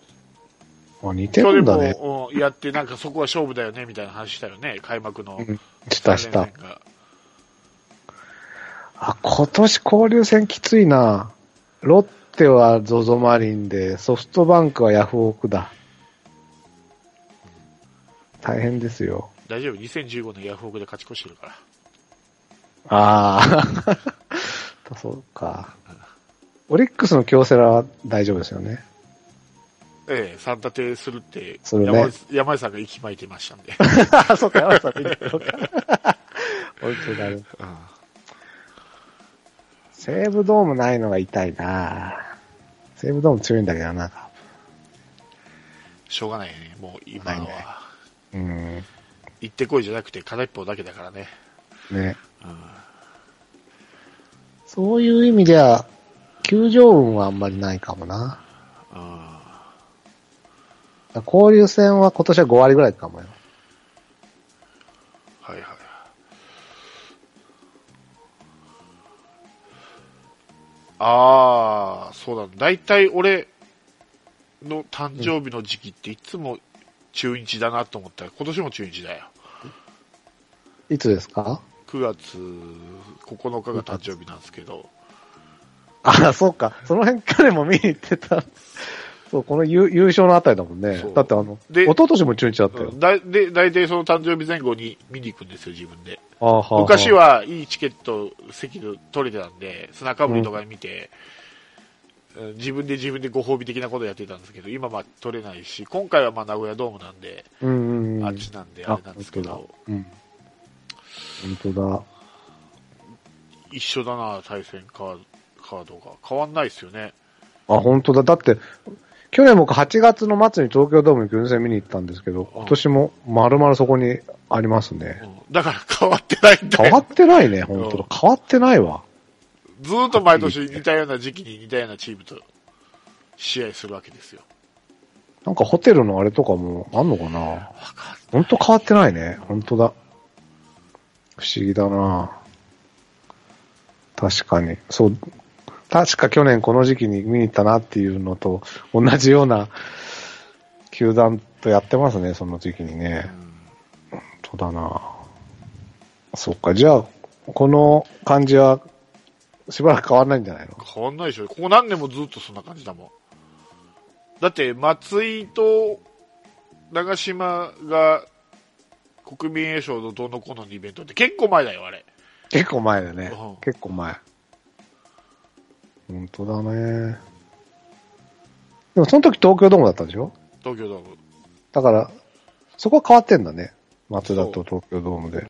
[SPEAKER 2] う。
[SPEAKER 3] あ、似て
[SPEAKER 2] 去
[SPEAKER 3] る
[SPEAKER 2] 年
[SPEAKER 3] んだね。
[SPEAKER 2] も、うん、やって、なんかそこは勝負だよね、みたいな話したよね、開幕の
[SPEAKER 3] うん。したした
[SPEAKER 2] 三連。戦が
[SPEAKER 3] あ、今年交流戦きついな。ロッテは ZOZO マリンで、ソフトバンクはヤフオクだ。大変ですよ。
[SPEAKER 2] 大丈夫、2015年ヤフオクで勝ち越してるから。
[SPEAKER 3] ああ。 そうか。オリックスの京セラは大丈夫ですよね。
[SPEAKER 2] ええ、三立てするって、
[SPEAKER 3] そうね
[SPEAKER 2] 山内山内さんが息巻いてましたんで。
[SPEAKER 3] あ、そうか、山下さんいいけど。オリックスだね
[SPEAKER 2] うん
[SPEAKER 3] 西武ドームないのが痛いな西武ドーム強いんだけどな。
[SPEAKER 2] しょうがないね、もう今の
[SPEAKER 3] はいね
[SPEAKER 2] は。
[SPEAKER 3] うん。
[SPEAKER 2] 行ってこいじゃなくて片一方だけだからね。
[SPEAKER 3] ね。そういう意味では、球場運はあんまりないかもな。
[SPEAKER 2] うん
[SPEAKER 3] 交流戦は今年は5割ぐらいかもよ。
[SPEAKER 2] はいはい。ああ、そうだ。だいたい俺の誕生日の時期っていつも中日だなと思ったら、今年も中日だよ。
[SPEAKER 3] いつですか
[SPEAKER 2] 9月9日が誕生日なんですけど、
[SPEAKER 3] あ、そうか。その辺彼も見に行ってた。そう、この優優勝のあたりだもんね
[SPEAKER 2] そう。
[SPEAKER 3] だってあの、
[SPEAKER 2] で
[SPEAKER 3] 一昨年も中日だった
[SPEAKER 2] う
[SPEAKER 3] よ。
[SPEAKER 2] ん、だで大体その誕生日前後に見に行くんですよ、自分で。
[SPEAKER 3] あーはーはー
[SPEAKER 2] 昔はいいチケット、席が取れてたんで、砂かぶりとか見て、うん自分で自分でご褒美的なことやってたんですけど、今まあ取れないし、今回はまあ名古屋ドームなんで、
[SPEAKER 3] うんうんうん。
[SPEAKER 2] あっちなんであれなんですけど、
[SPEAKER 3] うん。本当だ。
[SPEAKER 2] 一緒だな、対戦カーカードが。変わんないですよね。
[SPEAKER 3] あ、本当だ。だって、去年僕8月の末に東京ドームに軍戦見に行ったんですけど、今年も丸々そこにありますね
[SPEAKER 2] う。んだから変わってないんだ
[SPEAKER 3] 変わ
[SPEAKER 2] よ。
[SPEAKER 3] ってないね、本当
[SPEAKER 2] う
[SPEAKER 3] だ
[SPEAKER 2] ん。
[SPEAKER 3] 変わってないわ。
[SPEAKER 2] ずーっと毎年似たような時期に似たようなチームと試合するわけですよ。
[SPEAKER 3] なんかホテルのあれとかもあんのかな
[SPEAKER 2] わかん
[SPEAKER 3] 本当変わってないね。本当だ。不思議だな確かに。そう。確か去年この時期に見に行ったなっていうのと同じような球団とやってますね、その時期にね。本当だなそっか、じゃあ、この感じはしばらく変わんないんじゃないの
[SPEAKER 2] 変わんないでしょ。ここ何年もずっとそんな感じだもん。だって、松井と長島が国民栄賞のどうのこうののイベントって結構前だよ、あれ。
[SPEAKER 3] 結構前だね
[SPEAKER 2] うん。
[SPEAKER 3] 結構前。本当だね。でもその時東京ドームだったでしょ
[SPEAKER 2] 東京ドーム。
[SPEAKER 3] だから、そこは変わってんだね。松田と東京ドームで。